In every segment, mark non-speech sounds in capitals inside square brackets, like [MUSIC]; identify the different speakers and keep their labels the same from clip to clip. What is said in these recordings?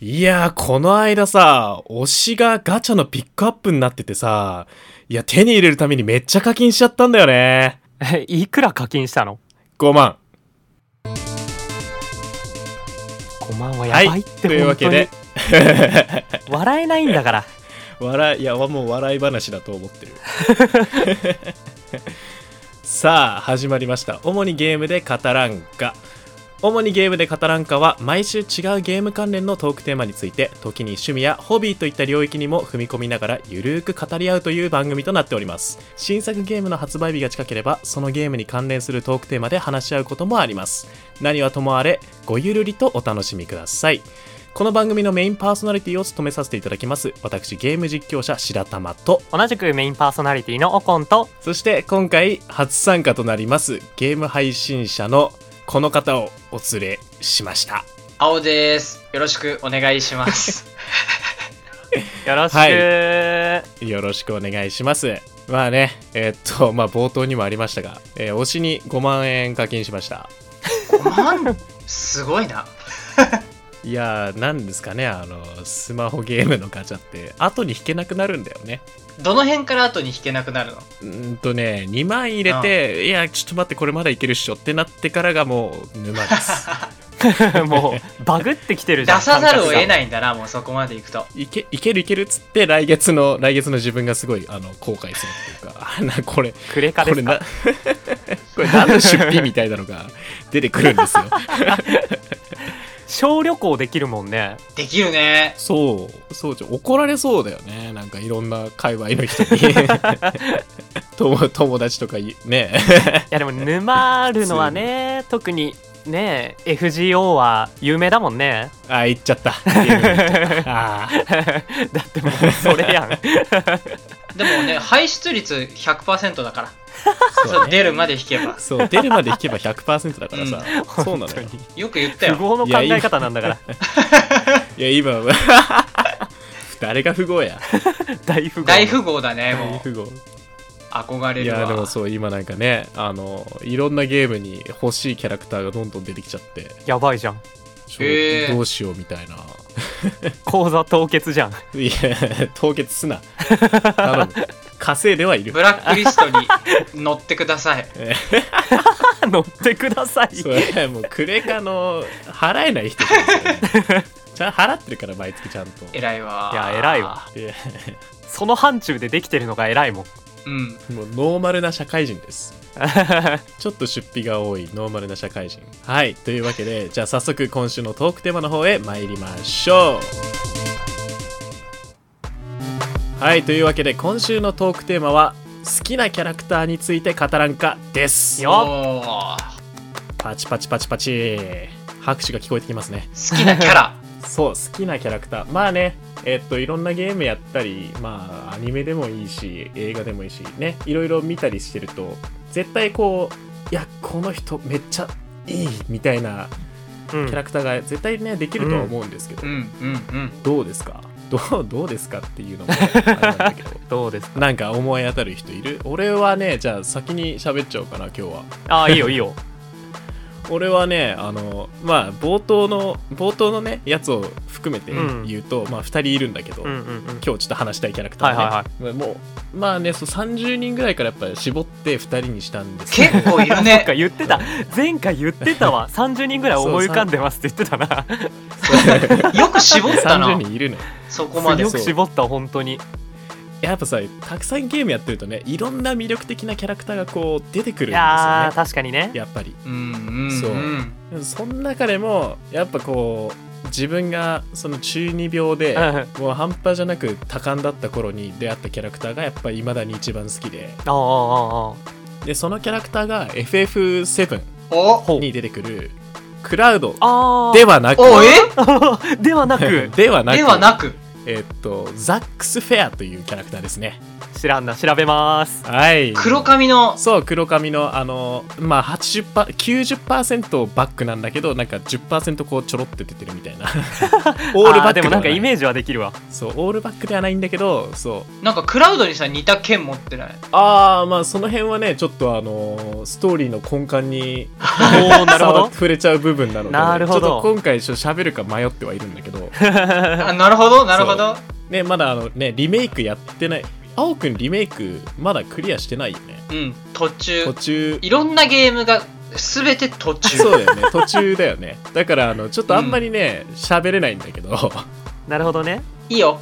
Speaker 1: いやー、この間さ、推しがガチャのピックアップになっててさ、いや、手に入れるためにめっちゃ課金しちゃったんだよね。
Speaker 2: え [LAUGHS] いくら課金したの
Speaker 1: 5万。
Speaker 2: 5万は
Speaker 1: は
Speaker 2: やばいっ
Speaker 1: い。
Speaker 2: て、
Speaker 1: というわけで、
Speaker 2: 本当に笑えないんだから
Speaker 1: 笑い、いや、もう笑い話だと思ってる。さあ、始まりました。主にゲームで語らんか。主にゲームで語らんかは毎週違うゲーム関連のトークテーマについて時に趣味やホビーといった領域にも踏み込みながらゆるーく語り合うという番組となっております新作ゲームの発売日が近ければそのゲームに関連するトークテーマで話し合うこともあります何はともあれごゆるりとお楽しみくださいこの番組のメインパーソナリティを務めさせていただきます私ゲーム実況者白玉と
Speaker 2: 同じくメインパーソナリティのオコンと
Speaker 1: そして今回初参加となりますゲーム配信者のこの方をお連れしました
Speaker 3: 青です。よろしくお願いします。
Speaker 2: よろしく、
Speaker 1: はいよろしくお願いします。まあね、えーっと、まあ冒頭にもありましたが、えー推しに5万円課金しました。
Speaker 3: 5万すごいな。
Speaker 1: いやー、なんですかね、あの、スマホゲームのガチャって、後に引けなくなるんだよね。
Speaker 3: どの辺から後に引けなくなるの
Speaker 1: うーんとね、2万入れて、いや、ちょっと待って、これまだいけるっしょってなってからがもう沼です。
Speaker 2: [LAUGHS] もうバグってきてる
Speaker 3: [LAUGHS] 出
Speaker 2: じゃん
Speaker 3: さざるを得
Speaker 2: い
Speaker 3: ないんだな、もうそこまで行くと。
Speaker 1: いけいけるいけるっつって、来月の、来月の自分がすごい、あの、後悔するっていうか、あな、これ、
Speaker 2: クレカ
Speaker 1: これ
Speaker 2: です
Speaker 1: な [LAUGHS]
Speaker 2: か
Speaker 1: これ何の出費みたいなのが [LAUGHS] 出てくるんですよ。
Speaker 2: 小旅行できるもんね
Speaker 3: できるね。
Speaker 1: そう、そうじゃん、怒られそうだよね。なんかいろんな界隈の人に。友友達とかいね。
Speaker 2: いやでも沼るの
Speaker 1: [LAUGHS]
Speaker 2: はね特にね FGO は有名だもんね
Speaker 1: あ、行っちゃった。ゲームに行っちゃったあー
Speaker 2: だってもうそれやん
Speaker 3: でも [LAUGHS] ね、排出率100%だから。
Speaker 1: そう
Speaker 3: [LAUGHS] そう
Speaker 1: ね
Speaker 3: 出るまで引けば。
Speaker 1: そう、出るまで引けば100%だからさ。 [LAUGHS] そうなのよ。
Speaker 3: よく言った
Speaker 2: 不
Speaker 3: よ。
Speaker 2: 合の考え方なんだから
Speaker 1: いや、今は、 [LAUGHS] 誰が富豪や。
Speaker 2: 大富豪
Speaker 3: 大富豪だね、もう。
Speaker 1: 富豪。
Speaker 3: 憧れ
Speaker 1: い
Speaker 3: る
Speaker 1: や、でも
Speaker 3: わ。
Speaker 1: そう、今なんかね、あの、いろんなゲームに欲しいキャラクターがどんどん出てきちゃって、
Speaker 2: やばいじゃん
Speaker 1: ちょ
Speaker 3: へー
Speaker 1: どうしようみたいな。
Speaker 2: 口座凍結じゃん [LAUGHS]
Speaker 1: いや、凍結す
Speaker 3: [LAUGHS]
Speaker 1: な。頼む。稼いではいる
Speaker 3: ブ。ラックリストに乗ってくださ [LAUGHS] い。
Speaker 2: 乗ってください
Speaker 1: それもうクレカの払えない人じゃないですかねちゃん払ってるから毎月ちゃんと
Speaker 3: 偉いわ。
Speaker 2: いや偉いわ。
Speaker 1: いや
Speaker 2: その範疇でできてるのが偉いもん
Speaker 3: うん。
Speaker 1: もうノーマルな社会人ですちょっと出費が多いノーマルな社会人はいというわけでじゃあ早速今週のトークテーマの方へ参りましょうはいというわけで今週のトークテーマは好きなキャラクターについて語らんかです
Speaker 2: よ
Speaker 3: おー
Speaker 1: パチパチパチパチ拍手が聞こえてきますね
Speaker 3: 好きなキャ [LAUGHS] ラ。
Speaker 1: そう好きなキャラクターまあねえっといろんなゲームやったりまあアニメでもいいし映画でもいいしねいろいろ見たりしてると絶対こういやこの人めっちゃいいみたいな
Speaker 2: うん
Speaker 1: キャラクターが絶対ねできるとは思うんですけど、
Speaker 3: うんうん
Speaker 1: どうですかどうどうですかっていうのもあれなんだけど
Speaker 2: どうですか
Speaker 1: なんか思い当たる人いる俺はねじゃあ先に喋っちゃおうかな今日は
Speaker 2: ああいいよいいよ
Speaker 1: 俺はねあのまあ冒頭の冒頭のねやつを含めて言うと、まあ2人いるんだけど、
Speaker 2: うんうんうん
Speaker 1: 今日ちょっと話したいキャラクターね、
Speaker 2: はいは
Speaker 1: もうまあねそう30人ぐらいからやっぱり絞って2人にしたん
Speaker 2: [LAUGHS]
Speaker 1: ですけど
Speaker 3: 結構いる
Speaker 2: そっ
Speaker 3: ね
Speaker 2: か。言ってた前回言ってたわ30人ぐらい思い浮かんでますって言ってたな
Speaker 3: よく絞った [LAUGHS] な
Speaker 1: 30。人いるのよ
Speaker 3: そこまで
Speaker 2: よ。く絞った本当に
Speaker 1: やっぱさたくさんゲームやってるとねいろんな魅力的なキャラクターがこう出てくるんですよ
Speaker 2: い
Speaker 1: ね
Speaker 2: やー確かにね
Speaker 1: やっぱり
Speaker 3: うんうん
Speaker 1: そう
Speaker 3: うん。
Speaker 1: その中でもやっぱこう自分がその中二病で、
Speaker 2: うん
Speaker 1: もう半端じゃなく多感だった頃に出会ったキャラクターがやっぱり未だに一番好きで
Speaker 2: ああああ
Speaker 1: でそのキャラクターが FF7
Speaker 3: お
Speaker 2: ほう
Speaker 1: に出てくるクラウド
Speaker 2: ああ
Speaker 1: ではなく
Speaker 3: おえ
Speaker 2: [LAUGHS] ではなく
Speaker 1: [LAUGHS] ではなく
Speaker 3: ではなく
Speaker 1: えっとザックス・フェアというキャラクターですね
Speaker 2: 知らんな調べます
Speaker 1: はい
Speaker 3: 黒髪の
Speaker 1: そう黒髪のあのまあ80パ90%バックなんだけどなんか10%こうちょろって出てるみたい
Speaker 2: [LAUGHS]
Speaker 1: なオール
Speaker 2: あ
Speaker 1: バック
Speaker 2: でもなんか
Speaker 1: は
Speaker 2: イメージはできるわ
Speaker 1: そうオールバックではないんだけどそう
Speaker 3: なんかクラウドにさ似た剣持っ
Speaker 1: [LAUGHS]
Speaker 3: てない
Speaker 1: ああまあその辺はねちょっとあのーストーリーの根幹に
Speaker 2: お [LAUGHS] おなるほ
Speaker 1: 触
Speaker 2: ど
Speaker 1: 触れちゃう部分なので
Speaker 2: なるほど
Speaker 1: ちょっと今回ちょっと喋るか迷ってはいるんだけ
Speaker 2: [LAUGHS]
Speaker 1: ど
Speaker 3: あなるほどなるほど
Speaker 1: ねまだあのねリメイクやってない青くんリメイクまだクリアしてないよね
Speaker 3: うん途中
Speaker 1: 途中
Speaker 3: いろんなゲームが全て途中
Speaker 1: そうだよね途中だよねだからあのちょっとあんまりね喋、れないんだけど
Speaker 2: なるほどね
Speaker 3: いいよ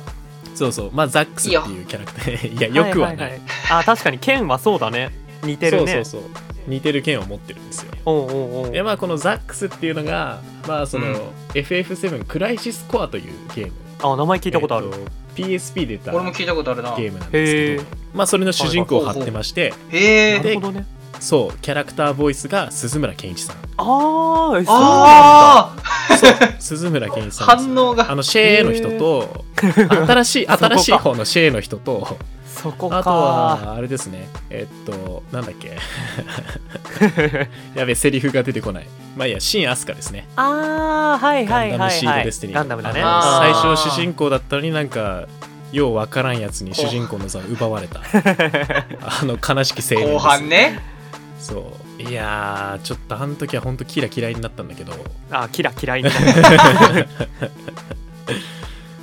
Speaker 1: そうそうまあザックスっていうキャラクター [LAUGHS] いやよくはない,、
Speaker 2: いいあ確かに剣はそうだね似てるね
Speaker 1: そうそうそう似てる剣を持ってるんですよ
Speaker 2: おうおうおう
Speaker 1: でまあこのザックスっていうのがまあその、
Speaker 3: うん
Speaker 1: FF7 クライシスコアというゲーム
Speaker 2: あ名前聞いたことある、
Speaker 1: えーと PSP で出た
Speaker 3: 俺も聞いたことあるな
Speaker 1: ゲームなんですけどまあそれの主人公を張ってまして
Speaker 3: へ
Speaker 1: で
Speaker 3: え
Speaker 2: なるほどね
Speaker 1: そうキャラクターボイスが鈴村健一さん
Speaker 2: ああそうなんだ
Speaker 3: ああ
Speaker 1: 鈴村健一さんです
Speaker 3: 反応
Speaker 1: あ
Speaker 3: が
Speaker 1: のシェーの人と
Speaker 2: [LAUGHS]
Speaker 1: 新しい
Speaker 2: そこか
Speaker 1: 新しい方のシェーの人と
Speaker 2: そこか
Speaker 1: あとはあれですねえっとなんだっけ [LAUGHS] やべえセリフが出てこないまあいいやシン・アスカですね
Speaker 2: [LAUGHS] あーはい
Speaker 1: ガ
Speaker 2: は
Speaker 1: ン
Speaker 2: い
Speaker 1: ダ
Speaker 2: は
Speaker 1: ム
Speaker 2: い
Speaker 1: シー
Speaker 2: は
Speaker 1: ル
Speaker 2: い
Speaker 1: デスティニー
Speaker 2: ガンダムだね
Speaker 1: あの
Speaker 3: あー
Speaker 1: 最初主人公だったのになんかようわからんやつに主人公の座を奪われ
Speaker 2: [LAUGHS]
Speaker 1: た [LAUGHS] あの悲しき青年です
Speaker 3: 後半ね
Speaker 1: そういやーちょっとあの時は本当キラ嫌いになったんだけど
Speaker 2: あキラ嫌いになる
Speaker 1: [LAUGHS]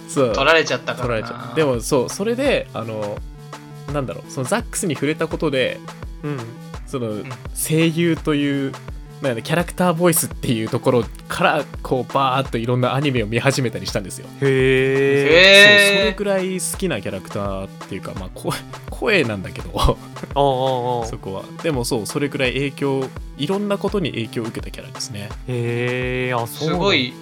Speaker 1: そう
Speaker 3: 取られちゃったか
Speaker 1: 取られ
Speaker 3: らな
Speaker 1: ちゃうでもそうそれであのなんだろうそのザックスに触れたことで
Speaker 2: うん
Speaker 1: その
Speaker 3: ん
Speaker 1: 声優というなんだキャラクターボイスっていうところからこうバーっといろんなアニメを見始めたりしたんですよそう
Speaker 2: へえ
Speaker 1: それ
Speaker 3: へえ
Speaker 1: ぐらい好きなキャラクターっていうか、まあ、声 [LAUGHS] 声なんだけど
Speaker 2: おうおうおう
Speaker 1: そこはでもそうそれぐらい影響いろんなことに影響を受けたキャラですね
Speaker 2: へえあそう
Speaker 3: す
Speaker 2: なんだ
Speaker 3: ごい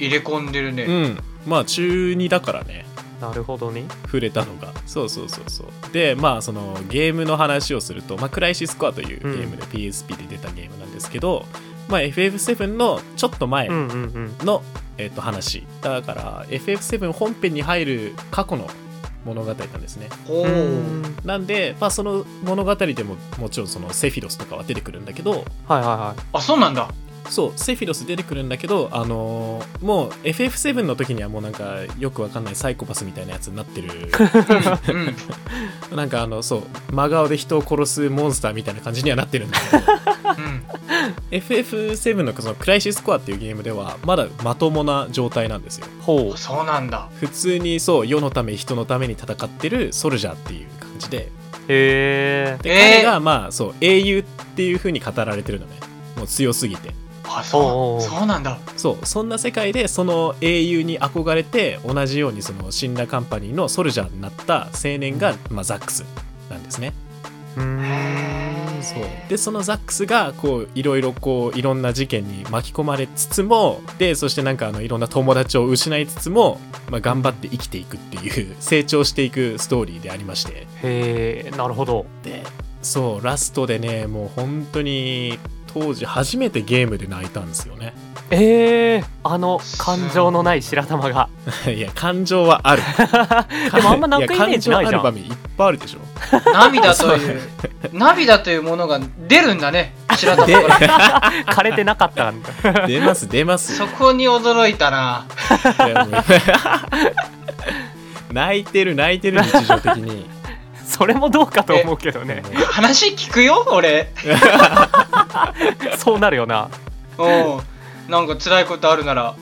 Speaker 3: 入れ込んでるね、
Speaker 1: うんまあ中2だからね
Speaker 2: なるほどね
Speaker 1: 触れたのがそうそうそうそうでまあそのゲームの話をすると、まあ、クライシスコアというゲームで PSP で出たゲームなんですけど、まあ、FF7 のちょっと前
Speaker 2: うんうんうん
Speaker 1: の、えっと話だから FF7 本編に入る過去の物語なんですね
Speaker 3: ほ
Speaker 2: う
Speaker 3: う
Speaker 2: ん
Speaker 1: なんで、まあ、その物語でももちろんそのセフィロスとかは出てくるんだけど
Speaker 2: はいはいはい
Speaker 3: あそうなんだ
Speaker 1: そうセフィロス出てくるんだけどあのーもう FF7 の時にはもうなんかよくわかんないサイコパスみたいなやつになってる
Speaker 3: うん
Speaker 1: [LAUGHS]
Speaker 3: うん
Speaker 1: なんかあのそう真顔で人を殺すモンスターみたいな感じにはなってるんだけど
Speaker 3: うん、
Speaker 1: FF7 のそのクライシスコアっていうゲームではまだまともな状態なんですよ
Speaker 2: ほ
Speaker 3: そうなんだ
Speaker 1: 普通にそう世のため人のために戦ってるソルジャーっていう感じで
Speaker 2: うへえ
Speaker 1: で
Speaker 3: えー
Speaker 1: 彼がまあそう英雄っていう風に語られてるのねもう強すぎて
Speaker 3: あそう
Speaker 2: おうおう
Speaker 3: そうなんだ
Speaker 1: そうそんな世界でその英雄に憧れて同じようにその死んだカンパニーのソルジャーになった青年が、まあ、ザックスなんですね
Speaker 2: うーん
Speaker 1: そうでそのザックスがこういろいろこういろんな事件に巻き込まれつつもでそしてなんかあのいろんな友達を失いつつも、まあ、頑張って生きていくっていう成長していくストーリーでありまして
Speaker 2: へえなるほど
Speaker 1: でそうラストでねもう本当に当時初めてゲームで泣いたんですよね [LAUGHS]
Speaker 2: ええあの感情のない白玉が
Speaker 1: いや感情はある
Speaker 2: [LAUGHS] でもあんま泣くイメージないじゃ
Speaker 1: や感情ある場
Speaker 2: ん
Speaker 1: 面いっぱいあるでしょ
Speaker 3: 涙という涙というものが出るんだね白玉から
Speaker 2: 枯れてなかったんだ
Speaker 1: 出ます出 [LAUGHS] ます
Speaker 2: [LAUGHS]
Speaker 3: そこに驚いたない
Speaker 1: やもう [LAUGHS] 泣いてる泣いてる日常的に
Speaker 2: それもどうかと思うけど [LAUGHS] ね
Speaker 1: もう
Speaker 3: 話聞くよ俺
Speaker 2: そうなるよな
Speaker 3: うんなんか辛いことあるなら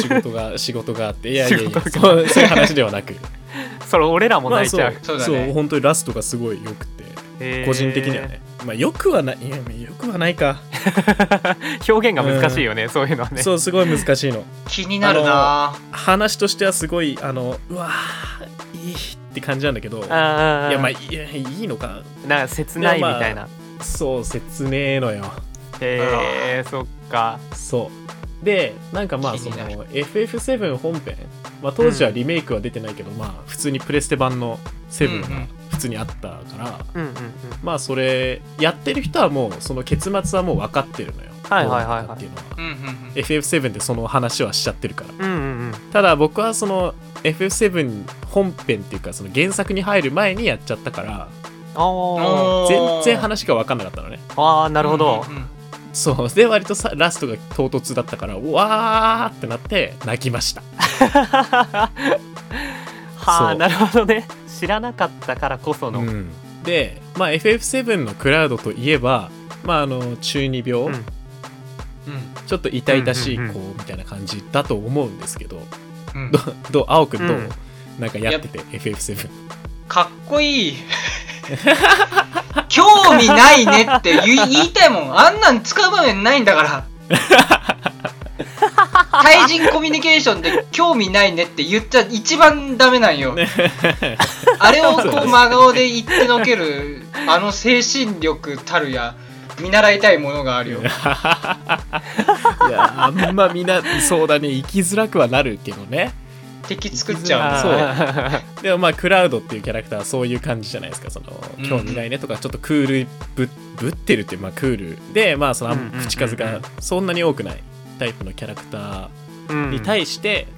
Speaker 1: 仕事が仕事があっていやいやいや
Speaker 2: 仕事
Speaker 1: そうそういう話ではなく
Speaker 2: それ俺 [LAUGHS] らも泣いちゃう,、
Speaker 1: まあ
Speaker 3: そうだね
Speaker 1: 本当にラストがすごい良くて
Speaker 2: へー
Speaker 1: 個人的にはね、まあよくはないいやよくはないか、
Speaker 2: 表現が難しいよね、そういうのは [LAUGHS] ね
Speaker 1: そうすごい難しいの
Speaker 3: 気になるな
Speaker 1: 話としてはすごいあのうわーいいって感じなんだけどいや
Speaker 2: あー
Speaker 1: まあいやいいのか
Speaker 2: なんか切ないみたいな、
Speaker 1: そう説明のよ
Speaker 2: へえそっか
Speaker 1: そうでなんかまあその
Speaker 3: 気にな
Speaker 1: FF7 本編、まあ、当時はリメイクは出てないけど、まあ普通にプレステ版の7
Speaker 3: うんう
Speaker 1: が
Speaker 3: ん
Speaker 1: 普通にあったから、
Speaker 2: うんうんうん
Speaker 1: まあそれやってる人はもうその結末はもう分かってるのよ
Speaker 2: はいはいはいは
Speaker 1: ど
Speaker 2: い
Speaker 1: うなったっていうのは
Speaker 3: うんうんうん
Speaker 1: FF7 でその話はしちゃってるから
Speaker 2: うんうんうん
Speaker 1: ただ僕はその FF7 本編っていうかその原作に入る前にやっちゃったから
Speaker 2: あ
Speaker 1: 全然話が分かんなかったのね
Speaker 2: あーなるほど、
Speaker 3: うんうん
Speaker 1: そうで割とさラストが唐突だったからうわーってなって泣きました
Speaker 2: [LAUGHS] は
Speaker 1: そ
Speaker 2: あ
Speaker 1: う
Speaker 2: なるほどね知らなかったからこその、
Speaker 1: うんで、まあ、FF7 のクラウドといえば、まあ、あの中二病、
Speaker 2: うん
Speaker 1: ちょっと痛々しい
Speaker 2: うんうんうん
Speaker 1: 子みたいな感じだと思うんですけど、
Speaker 3: うんうん
Speaker 1: どどう青くんどう、
Speaker 2: うん
Speaker 1: なんかやってて FF7
Speaker 3: かっこいい興味ないねって言い言いたいもんあんなん使う場面ないんだから対人コミュニケーションで興味ないねって言っちゃ一番ダメなんよ、あれをこう真顔で言ってのけるあの精神力たるや見習いたいものがあるよ
Speaker 1: いやあんまみんなそうだね生きづらくはなるけどね
Speaker 3: 敵作っちゃう
Speaker 1: あ
Speaker 3: の
Speaker 1: ーでもまあクラウドっていうキャラクターはそういう感じじゃないですかその
Speaker 3: うん
Speaker 1: 興味ないねとかちょっとクールぶぶってるっていうまあクールでまあそのあん
Speaker 2: うんうんうんうん
Speaker 1: 口数がそんなに多くないタイプのキャラクタ
Speaker 2: うん
Speaker 1: ーに対して、
Speaker 3: うん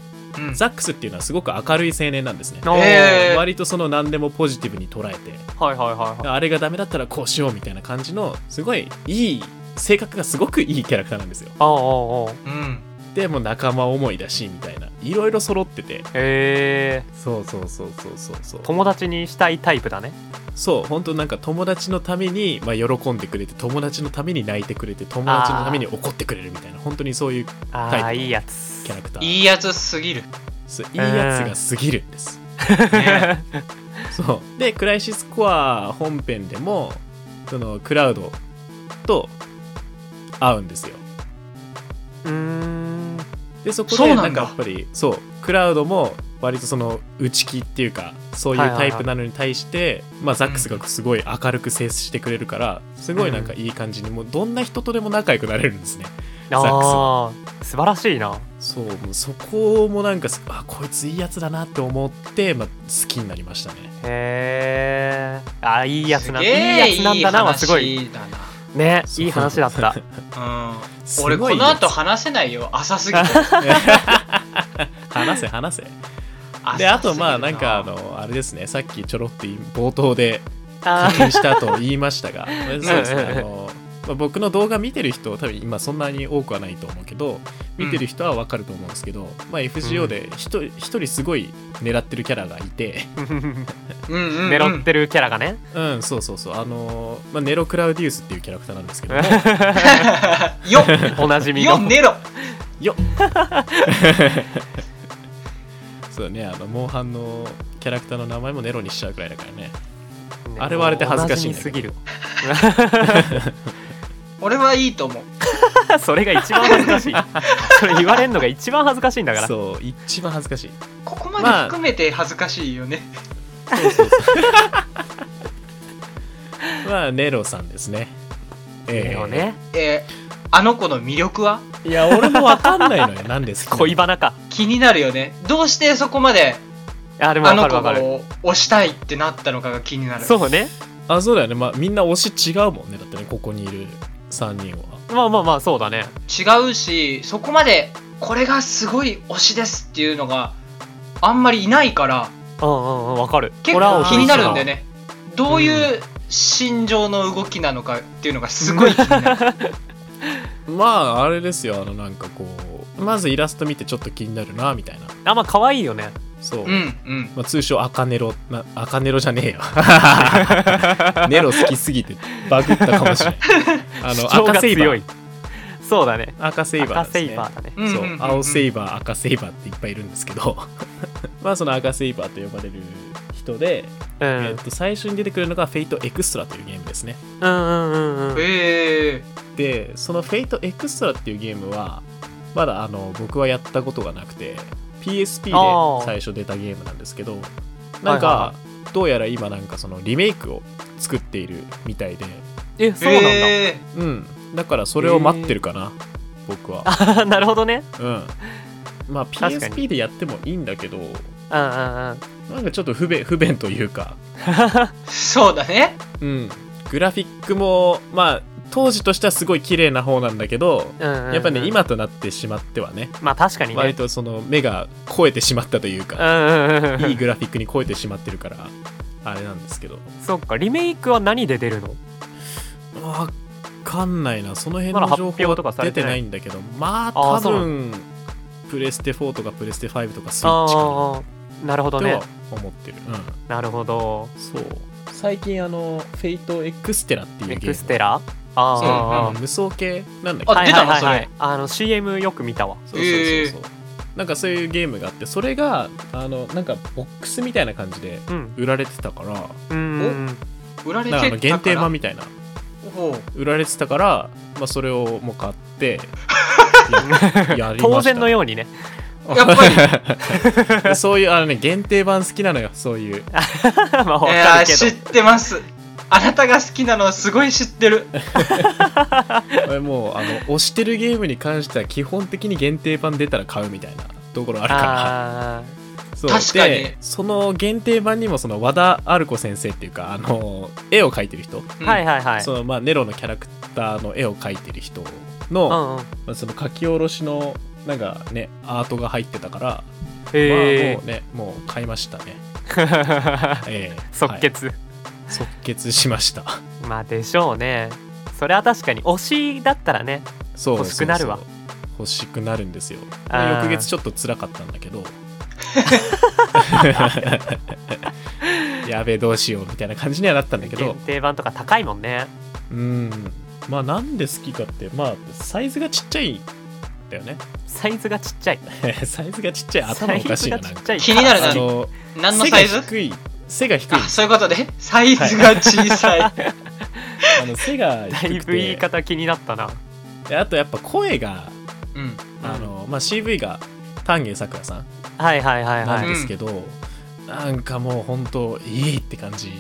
Speaker 1: ザックスっていうのはすごく明るい青年なんですね、
Speaker 2: おー
Speaker 3: えー
Speaker 1: 割とその何でもポジティブに捉えて
Speaker 2: はいはいはいは
Speaker 1: あれがダメだったらこうしようみたいな感じのすごいいい性格がすごくいいキャラクターなんですよ
Speaker 2: いおうおうおう
Speaker 3: うん
Speaker 1: でもう仲間思いだしみたいないろいろ揃ってて
Speaker 2: え
Speaker 1: そうそうそうそうそうそう
Speaker 2: ー、友達にしたいタイプだね
Speaker 1: そう本当なんか友達のために、まあ、喜んでくれて友達のために泣いてくれて友達のために怒ってくれるみたいな本当にそういう
Speaker 2: あ
Speaker 1: タ
Speaker 2: あ
Speaker 1: イプ
Speaker 2: いいやつ
Speaker 1: キャラクター
Speaker 3: いいやつすぎる、
Speaker 1: そういいやつがすぎるんです、
Speaker 3: ね
Speaker 1: [LAUGHS] そうでクライシスコア本編でもそのクラウドと会うんですよ
Speaker 2: うーん
Speaker 1: でそこ
Speaker 3: そう
Speaker 1: で
Speaker 3: なんだ
Speaker 1: なんかやっぱりそうクラウドも割とその内気っていうかそういう
Speaker 2: はいはい
Speaker 1: タ
Speaker 2: はい
Speaker 1: イプなのに対して、まあ、ザックスがすごい明るく接してくれるからすごいなんかいい感じにもうどんな人とでも仲良くなれるんですねザックス
Speaker 2: あー素晴らしいな
Speaker 1: そうもうそこもなんかすあこいついいやつだなって思って、まあ、好きになりましたね
Speaker 2: へえあー [LAUGHS] いいやつなん
Speaker 3: す
Speaker 2: い
Speaker 3: げ
Speaker 2: い
Speaker 3: え
Speaker 2: やつなんだなはすごい
Speaker 3: 話だな
Speaker 2: ね
Speaker 1: そう
Speaker 2: いい話
Speaker 1: [LAUGHS]
Speaker 2: だった
Speaker 1: す
Speaker 3: うん、
Speaker 1: ごい
Speaker 3: 俺この
Speaker 1: やつ
Speaker 3: 後話せないよ浅すぎて
Speaker 1: [LAUGHS] 話せ話せ
Speaker 3: 浅すぎ
Speaker 1: で
Speaker 3: る
Speaker 1: あとまあなんかあのあれですねさっきちょろっと冒頭で
Speaker 2: あ
Speaker 1: 確認したと言いましたがそうですね
Speaker 2: うんうんうん
Speaker 1: あの、まあ僕の動画見てる人多分今そんなに多くはないと思うけど見てる人は分かると思うんですけど、まあ、FGO で一人一人すごい狙ってるキャラがいて
Speaker 3: うんうんうん
Speaker 2: 狙ってるキャラがね
Speaker 1: うんそうそうそうあの、まあ、ネロ・クラウディウスっていうキャラクターなんですけど
Speaker 3: [LAUGHS] よ
Speaker 2: おなじみ
Speaker 3: よ
Speaker 2: の
Speaker 3: ネロ
Speaker 1: よっそうねあのモンハンのキャラクターの名前もネロにしちゃうくらいだからねあれはあれで恥ずかしいんだけど
Speaker 2: おなじみすぎる
Speaker 3: 俺はいいと思
Speaker 2: [LAUGHS]
Speaker 3: う
Speaker 2: それが一番恥ずかしいそれ言われるのが一番恥ずかしいんだから
Speaker 1: そう一番恥ずかしい
Speaker 3: ここまで含めて恥ずかしいよね、
Speaker 1: [LAUGHS] まあネロさんですねええ
Speaker 2: でもね
Speaker 3: えーあの子の魅力はい
Speaker 1: や俺も分かんないのよなんです
Speaker 2: [LAUGHS] 恋バナか
Speaker 3: 気になるよねどうしてそこまで
Speaker 2: あでもわ
Speaker 3: あの
Speaker 2: かる
Speaker 3: 子
Speaker 2: わかる
Speaker 3: を推したいってなったのかが気になる
Speaker 2: そうね
Speaker 1: あそうだよねまあみんな推し違うもんねだってねここにいる3人は
Speaker 2: まあまあまあそうだね
Speaker 3: 違うしそこまでこれがすごい推しですっていうのがあんまりいないから
Speaker 2: うんうんうんわかる
Speaker 3: 結
Speaker 2: 俺は
Speaker 3: 構
Speaker 2: 推し
Speaker 3: 気になるんだよねどういう心情の動きなのかっていうのがすごい気になる
Speaker 1: まああれですよあのなんかこうまずイラスト見てちょっと気になるなみたいな
Speaker 2: あまあ可愛いよね
Speaker 1: そう、
Speaker 3: うんうん
Speaker 1: まあ、通称赤ネロな赤ネロじゃねえよネロ好きすぎてバグったかもしれない [LAUGHS] あ
Speaker 2: 主
Speaker 1: の
Speaker 2: 張が
Speaker 1: 赤セイバ
Speaker 2: 強
Speaker 1: ー
Speaker 2: いそうだね
Speaker 1: 赤セイバー
Speaker 2: 赤
Speaker 1: です、ね、
Speaker 2: セイバーだね
Speaker 3: うん
Speaker 1: そう
Speaker 3: うんうん
Speaker 1: 青セイバー赤セイバーっていっぱいいるんですけど [LAUGHS] まあその赤セイバーと呼ばれる人で、
Speaker 2: う
Speaker 1: えっ
Speaker 2: ん
Speaker 1: と最初に出てくるのが「フェイトエクストラ」というゲームですね
Speaker 2: うんうんうんうん
Speaker 3: ええ
Speaker 1: でその「フェイトエクストラ」っていうゲームはまだあの僕はやったことがなくて PSP
Speaker 2: あー
Speaker 1: で最初出たゲームなんですけどなん
Speaker 2: はいは
Speaker 1: かどうやら今なんかそのリメイクを作っているみたいで
Speaker 2: えそうなんだ、
Speaker 3: え
Speaker 1: うんだからそれを待ってるかな僕は
Speaker 2: あ [LAUGHS] なるほどね
Speaker 1: うんまあ
Speaker 2: 確かに
Speaker 1: PSP でやってもいいんだけど
Speaker 2: うんうんうん
Speaker 1: なんかちょっと不便不便というか
Speaker 3: ーそうだね
Speaker 1: うんグラフィックもまあ当時としてはすごい綺麗な方なんだけど、
Speaker 2: うんうんうん
Speaker 1: やっぱね今となってしまってはね
Speaker 2: まあ確かにね
Speaker 1: 割とその目が肥えてしまったという
Speaker 2: う
Speaker 1: か、
Speaker 2: んうんうんうん
Speaker 1: いいグラフィックに肥えてしまってるからあれなんですけど
Speaker 2: そっかリメイクは何で出るの
Speaker 1: わかんないなその辺
Speaker 2: まだ
Speaker 1: の
Speaker 2: 発
Speaker 1: 情
Speaker 2: 表
Speaker 1: 報
Speaker 2: とか
Speaker 1: は
Speaker 2: さ
Speaker 1: 出
Speaker 2: れて
Speaker 1: て
Speaker 2: な
Speaker 1: ないいんだけどまあ
Speaker 2: あー
Speaker 1: 多分プレステ4とかプレステ5とかスイッチかなっ
Speaker 2: ああなるほど
Speaker 1: て
Speaker 2: ね
Speaker 1: は思ってる、う
Speaker 2: なるほど
Speaker 1: ん、そう最近あの「フェイトエクステラ」っていうゲーム
Speaker 2: エクステラあ
Speaker 3: そう
Speaker 2: あ
Speaker 1: うん無双系なんだけど
Speaker 3: あ出たのそれ
Speaker 2: あの CM よく見たわ
Speaker 1: そうそうそうそう、なんかそういうゲームがあってそれがあのなんかボックスみたいな感じで
Speaker 2: うん
Speaker 1: 売られてたから
Speaker 2: うん
Speaker 3: 売られ
Speaker 1: な
Speaker 3: て
Speaker 1: んかあの
Speaker 3: た
Speaker 1: 限
Speaker 3: か
Speaker 1: 定
Speaker 3: ら
Speaker 1: 版みたいな
Speaker 3: ほう
Speaker 1: 売られてたから、まあ、それをもう買ってや
Speaker 2: [LAUGHS]
Speaker 1: りました
Speaker 2: 当然のようにね
Speaker 3: やっぱ
Speaker 2: [LAUGHS]
Speaker 3: り
Speaker 1: そういうあのね限定版好きなのよそういう
Speaker 2: [LAUGHS] まあわか
Speaker 3: いやー
Speaker 2: るけど
Speaker 3: 知ってますあなたが好きなのすごい知って [LAUGHS] る
Speaker 1: 俺もうあの押してるゲームに関しては基本的に限定版出たら買うみたいなところあるから
Speaker 2: あ
Speaker 1: そう
Speaker 3: 確かに
Speaker 1: でその限定版にもその和田アル子先生っていうかあの絵を描いてる人、
Speaker 2: ーはい
Speaker 3: い
Speaker 2: はいはい
Speaker 1: そのまあ、ネロのキャラクターの絵を描いてる人
Speaker 2: う
Speaker 1: の,、
Speaker 2: んうん
Speaker 1: まあ、その描き下ろしのなんかねアートが入ってたから、まあ、
Speaker 2: え
Speaker 1: もうねもう買いましたね、
Speaker 2: え
Speaker 1: ええ
Speaker 2: [LAUGHS] 即
Speaker 1: はい
Speaker 2: 決、
Speaker 1: 即決しました [LAUGHS]
Speaker 2: まあでしょうねそれは確かに推しだったらね
Speaker 1: そう
Speaker 2: 欲しくなるわ
Speaker 1: そうそう欲しくなるんですよ
Speaker 2: あー
Speaker 1: 翌月ちょっと辛かったんだ
Speaker 2: [LAUGHS]
Speaker 1: けどやべえどうしようみたいな感じにはなったんだけ
Speaker 2: 限
Speaker 1: ど
Speaker 2: 定版とか高いもんね
Speaker 1: うんまあなんで好きかってまあサイズがちっちゃいんだよね
Speaker 2: サイズがちっちゃい
Speaker 1: サイズがちっちゃい
Speaker 2: [LAUGHS]
Speaker 1: 頭おかしいななん
Speaker 2: サイズがちっ
Speaker 1: か
Speaker 2: ちゃい
Speaker 3: 気になるな
Speaker 1: あの
Speaker 3: 何のサ
Speaker 1: 背
Speaker 3: イズ
Speaker 1: が低い背が低い
Speaker 3: あそういうことでサイズが小さい、
Speaker 1: あの背が
Speaker 2: [LAUGHS] だ
Speaker 1: 低
Speaker 2: い
Speaker 1: く
Speaker 2: ぶ言い
Speaker 1: て
Speaker 2: 方気になったな
Speaker 1: であとやっぱ声が
Speaker 3: うん
Speaker 1: あの、まあ、CV が丹下さくらさん
Speaker 2: はいはいはいは
Speaker 1: ないんですけど、なんかもう本当いいって感じ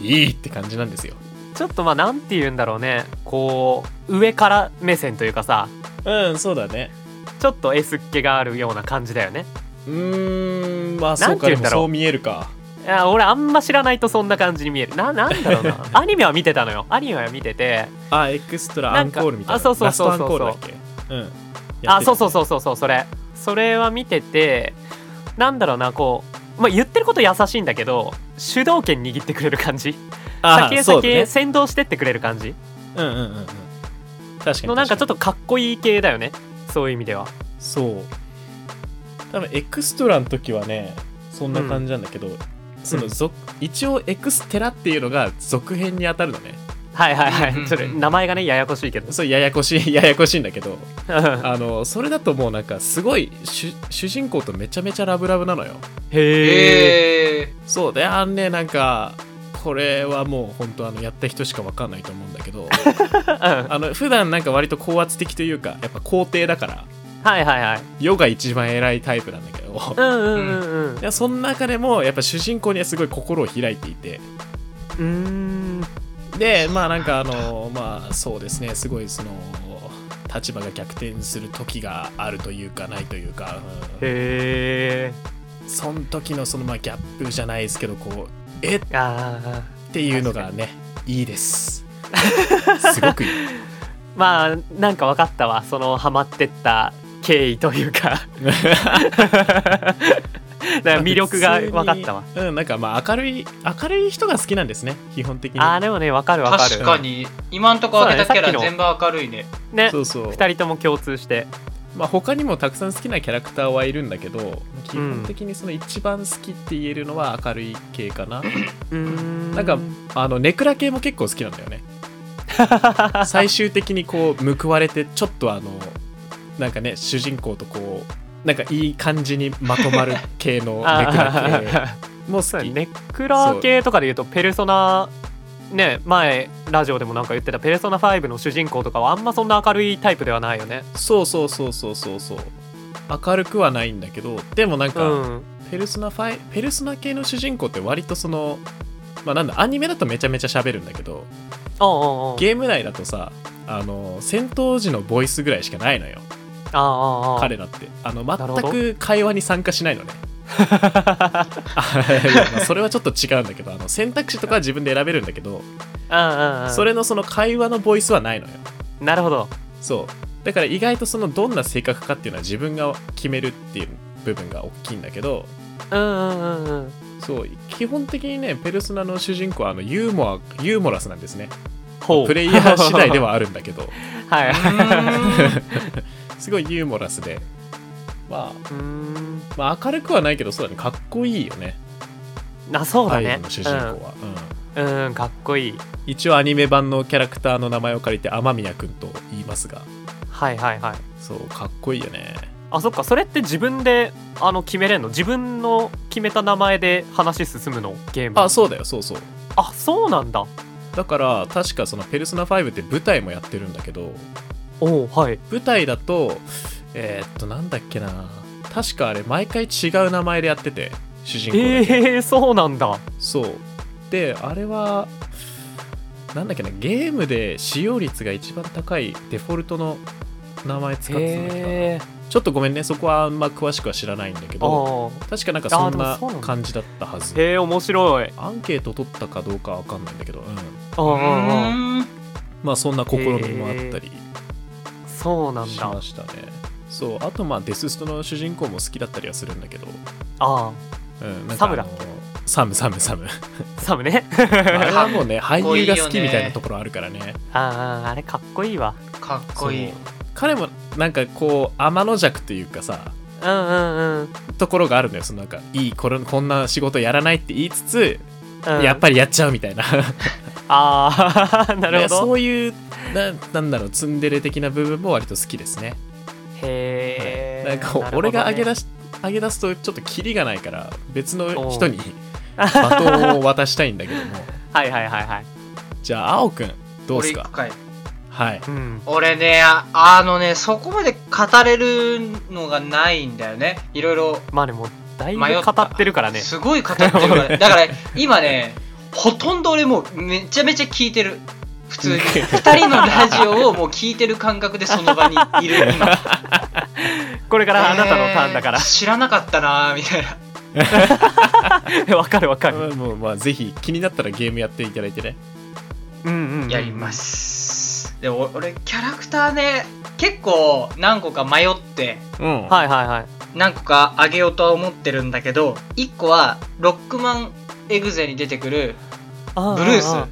Speaker 1: いいって感じなんですよ
Speaker 2: [LAUGHS] ちょっとまあなんて言うんだろうねこう上から目線というかさ
Speaker 1: うんそうだね
Speaker 2: ちょっと S っ気があるような感じだよね
Speaker 1: うーんまあ
Speaker 2: な
Speaker 1: そ
Speaker 2: ん
Speaker 1: う
Speaker 2: て
Speaker 1: か
Speaker 2: 言
Speaker 1: で
Speaker 2: う
Speaker 1: も
Speaker 2: んだろう
Speaker 1: そう見えるか
Speaker 2: いや俺あんま知らないとそんな感じに見えるななんだろう
Speaker 1: [LAUGHS]
Speaker 2: なアニメは見てたのよアニメは見てて
Speaker 1: あエクストラ
Speaker 2: な
Speaker 1: ア
Speaker 2: ん
Speaker 1: ン
Speaker 2: か
Speaker 1: コールみたいな
Speaker 2: あそうそうそうそうそう
Speaker 1: ラストアンコールだっけうんやって
Speaker 2: あ
Speaker 1: る
Speaker 2: そうそうそうそうそうそれそれは見ててなんだろうなこう、まあ、言ってること優しいんだけど主導権握ってくれる感じ
Speaker 1: あ
Speaker 2: 先へ
Speaker 1: そう
Speaker 2: 先
Speaker 1: だ
Speaker 2: へ
Speaker 1: ね
Speaker 2: 先導してってくれる感じ
Speaker 1: うんうんうんうん確か
Speaker 2: の
Speaker 1: に
Speaker 2: なんかちょ
Speaker 1: と
Speaker 2: っとかっこいい系だよねそういう意味では
Speaker 1: そう多分エクストラの時はねそんな感じなんだけど、その続一応エクステラっていうのが続編に当たるのね
Speaker 2: はいはいはい、
Speaker 3: うんうんうん
Speaker 2: それ名前がねややこしいけど
Speaker 1: そうややこしいややこしいんだけど
Speaker 2: へ
Speaker 1: あのそれだともうなんかすごい主主人公とめちゃめちゃラブラブなのよ
Speaker 2: え
Speaker 3: ええ
Speaker 1: そうであんねなんかこれはもう本当あのやった人しかわかんないと思うんだけ [LAUGHS] どあの普段なんか割と高圧的というかやっぱ皇帝だから
Speaker 2: はいはいはい
Speaker 1: 世が一番偉いタイプなんだけ [LAUGHS] ど
Speaker 2: うんうんうんうん
Speaker 1: いやその中でもやっぱ主人公にはすごい心を開いていて
Speaker 2: うーん
Speaker 1: でまあなんかあのまあそうですねすごいその立場が逆転する時があるというかないというか、うん
Speaker 2: へえ
Speaker 1: その時のそのまあギャップじゃないですけどこうえっ
Speaker 2: あー
Speaker 1: ていうのがねいいですすごくいい
Speaker 2: まあなんか分かったわそのハマってった経緯とい
Speaker 1: [LAUGHS]
Speaker 2: うかなんか [LAUGHS] 魅力が分かったわ
Speaker 1: 普通にうんなんかまあ明るい明るい人が好きなんですね基本的に
Speaker 2: あーでもね分かる分かる
Speaker 3: 確かに今んとこ開けたキャラ全部明るい [LAUGHS] ね
Speaker 2: ね
Speaker 1: そうそう、
Speaker 2: 2人とも共通して
Speaker 1: まあ、他にもたくさん好きなキャラクターはいるんだけど基本的にその一番好きって言えるのは明るい系かな、
Speaker 2: うーん
Speaker 1: なんかあのネクラ系も結構好きなんだよ
Speaker 2: [LAUGHS]
Speaker 1: ね最終的にこう報われてちょっとあのなんかね主人公とこうなんかいい感じにまとまる系
Speaker 2: [LAUGHS]
Speaker 1: のネクラ系
Speaker 2: あ
Speaker 1: もう
Speaker 2: ーそ
Speaker 1: 好
Speaker 2: うだ
Speaker 1: き、
Speaker 2: ねネクラ系とかで言うとペルソナね前ラジオでもなんか言ってたペルソナ5の主人公とかはあんまそんな明るいタイプではないよね
Speaker 1: そうそうそうそうそうそう明るくはないんだけどでもなん
Speaker 2: う
Speaker 1: か、
Speaker 2: ん
Speaker 1: ペルソナファイペルソナ系の主人公って割とそのまあなんだアニメだとめちゃめちゃ喋るんだけど
Speaker 2: おうおうおう
Speaker 1: ゲーム内だとさあの戦闘時のボイスぐらいしかないのよ
Speaker 2: あーあーあー
Speaker 1: 彼らってあの
Speaker 2: るほど [LAUGHS]
Speaker 1: 全く会話に参加しないのねいやまあそれはちょっと違うんだけどあの選択肢とかは自分で選べるんだけど
Speaker 2: うんうんうん
Speaker 1: それのその会話のボイスはないのよ
Speaker 2: なるほど
Speaker 1: そうだから意外とそのどんな性格かっていうのは自分が決めるっていう部分が大きいんだけど
Speaker 2: うんうんうんうん
Speaker 1: そう基本的にねペルソナの主人公はあのユーモアユーモラスなんですね
Speaker 2: ほう
Speaker 1: プレイヤー次第ではあるんだけど [LAUGHS]
Speaker 2: はい
Speaker 1: すごいユーモラスで、ま
Speaker 2: うーん
Speaker 1: あ、まあ明るくはないけどそうだねかっこいいよね
Speaker 2: なそうだ
Speaker 1: アイド
Speaker 2: ね
Speaker 1: ルの主人公は、うん
Speaker 2: うん、うん、かっこいい
Speaker 1: 一応アニメ版のキャラクターの名前を借りて雨宮くんと言いますが
Speaker 2: はいはいはい
Speaker 1: そうかっこいいよね
Speaker 2: あそっかそれって自分であの決めれんの自分の決めた名前で話進むのゲーム
Speaker 1: あそうだよそうそう
Speaker 2: あそうなんだ
Speaker 1: だから確かその「ペルソナ5」って舞台もやってるんだけど
Speaker 2: おおはい
Speaker 1: 舞台だとえーっとなんだっけな確かあれ毎回違う名前でやってて主人公だけ
Speaker 2: えー、そうなんだ
Speaker 1: そうであれはなんだっけなゲームで使用率が一番高いデフォルトの名前使ってたんだっけど、
Speaker 2: へえ
Speaker 1: ちょっとごめんねそこはあんま詳しくは知らないんだけ
Speaker 2: あ
Speaker 1: ど
Speaker 2: ー
Speaker 1: 確かなんかそん
Speaker 2: あーでも
Speaker 1: な
Speaker 2: そうなんだ
Speaker 1: 感じだったはず
Speaker 2: へえ面白い
Speaker 1: アンケート取ったかどうかは分かんないんだけど、うん
Speaker 2: うんうんうん
Speaker 3: うん
Speaker 1: まあそんな試みもあったり
Speaker 2: そうなん
Speaker 1: し
Speaker 2: だ
Speaker 1: ましたねそうあとまあデスストの主人公も好きだったりはするんだけど、
Speaker 2: あ
Speaker 1: うん、なんか
Speaker 2: サムだ
Speaker 1: あのサムサム
Speaker 2: [LAUGHS]
Speaker 1: サム
Speaker 2: あサムね
Speaker 1: あれはもう
Speaker 2: [LAUGHS]
Speaker 1: ね
Speaker 3: っこ
Speaker 1: 俳
Speaker 3: い
Speaker 1: 優
Speaker 3: いよ
Speaker 1: が
Speaker 3: ね
Speaker 1: 好きみたいなところあるからね
Speaker 2: あああれかっこいいわ
Speaker 3: かっこいい
Speaker 1: そう彼もなんかこう天の弱というかさ
Speaker 2: うんうんうん、
Speaker 1: ところがあるのよそのなんかいいこれこんな仕事やらないって言いつつ、
Speaker 2: うん、
Speaker 1: やっぱりやっちゃうみたいな
Speaker 2: ああ [LAUGHS] なる
Speaker 1: ね
Speaker 2: ほど、
Speaker 1: そういうななんだろうツンデレ的な部分も割と好きですね、
Speaker 2: へえ、
Speaker 1: なんかこう
Speaker 2: るほどね
Speaker 1: 俺が上げ出し上げ出すとちょっとキリがないから別の人にバトンを渡したいんだけども [LAUGHS]
Speaker 2: はいはいはいはい
Speaker 1: じゃあ青くんどうで
Speaker 3: 俺
Speaker 1: す
Speaker 3: 行く
Speaker 1: か
Speaker 3: かい
Speaker 1: はい
Speaker 2: うん
Speaker 3: 俺ねああのねそこまで語れるのがないんだよねいろいろ
Speaker 2: まあでもだいぶ
Speaker 3: 迷った
Speaker 2: 語ってるからね
Speaker 3: すごい語ってるから
Speaker 2: [LAUGHS]
Speaker 3: だから今ねほとんど俺もうめちゃめちゃ聞いてる普通に二人のラジオをもう聞いてる感覚でその場に
Speaker 2: [LAUGHS]
Speaker 3: いる今だ
Speaker 2: これからあなたのターンだから
Speaker 3: 知らなかったなーみたい
Speaker 2: [LAUGHS]
Speaker 3: な
Speaker 2: わかるわかる
Speaker 1: うんもうまあぜひ気になったらゲームやっていただいてね
Speaker 2: うんうんうん
Speaker 3: やりますでも俺キャラクターね結構何個か迷って
Speaker 1: うん
Speaker 2: はいはいはい
Speaker 3: 何個かあげようとは思ってるんだけど1個はロックマンエグゼに出てくる
Speaker 2: あ
Speaker 3: ブルース
Speaker 2: あ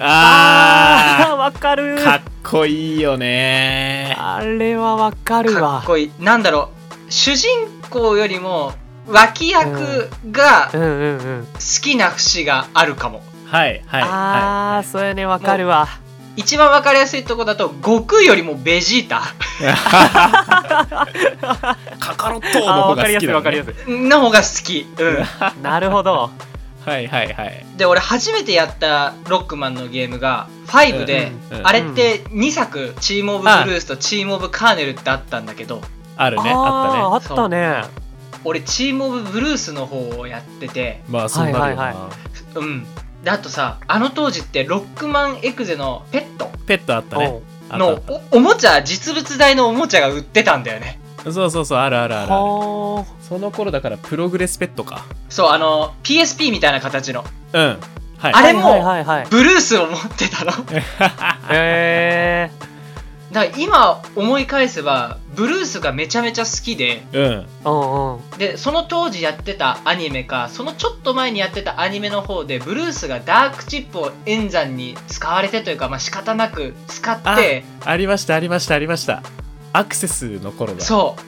Speaker 1: あ
Speaker 2: あーわかる
Speaker 1: ーかっこいいよね
Speaker 2: あれはわかる
Speaker 3: か
Speaker 2: わ
Speaker 3: っこいいなんだろう主人公よりも脇役が
Speaker 2: うんうんうん
Speaker 3: 好きな節があるかも
Speaker 1: はいはい
Speaker 2: あ
Speaker 1: は
Speaker 2: あそれねわかるわ
Speaker 3: 一番わかりやすいとこだと悟空よりもベジータ [LAUGHS]
Speaker 1: いカカロットの方
Speaker 2: あーわ
Speaker 1: が
Speaker 2: かり
Speaker 1: 好
Speaker 2: や
Speaker 1: き
Speaker 2: す
Speaker 1: だ、
Speaker 2: い
Speaker 1: ね、
Speaker 2: わかりやすい
Speaker 3: の方が好き、う
Speaker 2: なるほど
Speaker 1: はいはいはい
Speaker 3: ん、で俺初めてやったロックマンのゲームが5で、
Speaker 1: うんうん
Speaker 3: あれって2作「チーム・オブ・ブルース」と「チーム・オブ・カーネル」ってあったんだけど
Speaker 1: あるねあ
Speaker 2: あ
Speaker 1: っ
Speaker 2: ーあったね
Speaker 3: 俺チーム・オブ・ブルースの方をやって
Speaker 1: た
Speaker 3: て
Speaker 1: ねまあそうなるよな、
Speaker 2: はいはいは
Speaker 3: うんであとさあの当時ってロックマンエクゼのペット
Speaker 1: ペットあったね
Speaker 2: おう
Speaker 1: あったあ
Speaker 3: の
Speaker 1: った
Speaker 3: おおもちゃ実物大のおもちゃが売ってたんだよね
Speaker 1: そうそうそうあるあるあるある
Speaker 2: は
Speaker 1: その頃だからプログレスペットか
Speaker 3: そうあの PSP みたいな形の
Speaker 1: うんはい
Speaker 2: あ
Speaker 3: あれも
Speaker 2: はいはいはいはい
Speaker 3: ブルースを持ってたの [LAUGHS] だか
Speaker 2: え
Speaker 3: ら今思い返せばブルースがめちゃめちゃ好きで
Speaker 1: [LAUGHS] うん
Speaker 2: ーうんうん
Speaker 3: でその当時やってたアニメかそのちょっと前にやってたアニメの方でブルースがダークチップを演算に使われてというかまあ仕方なく使って
Speaker 1: ありましたありましたありましたアクセスの頃だ
Speaker 3: そう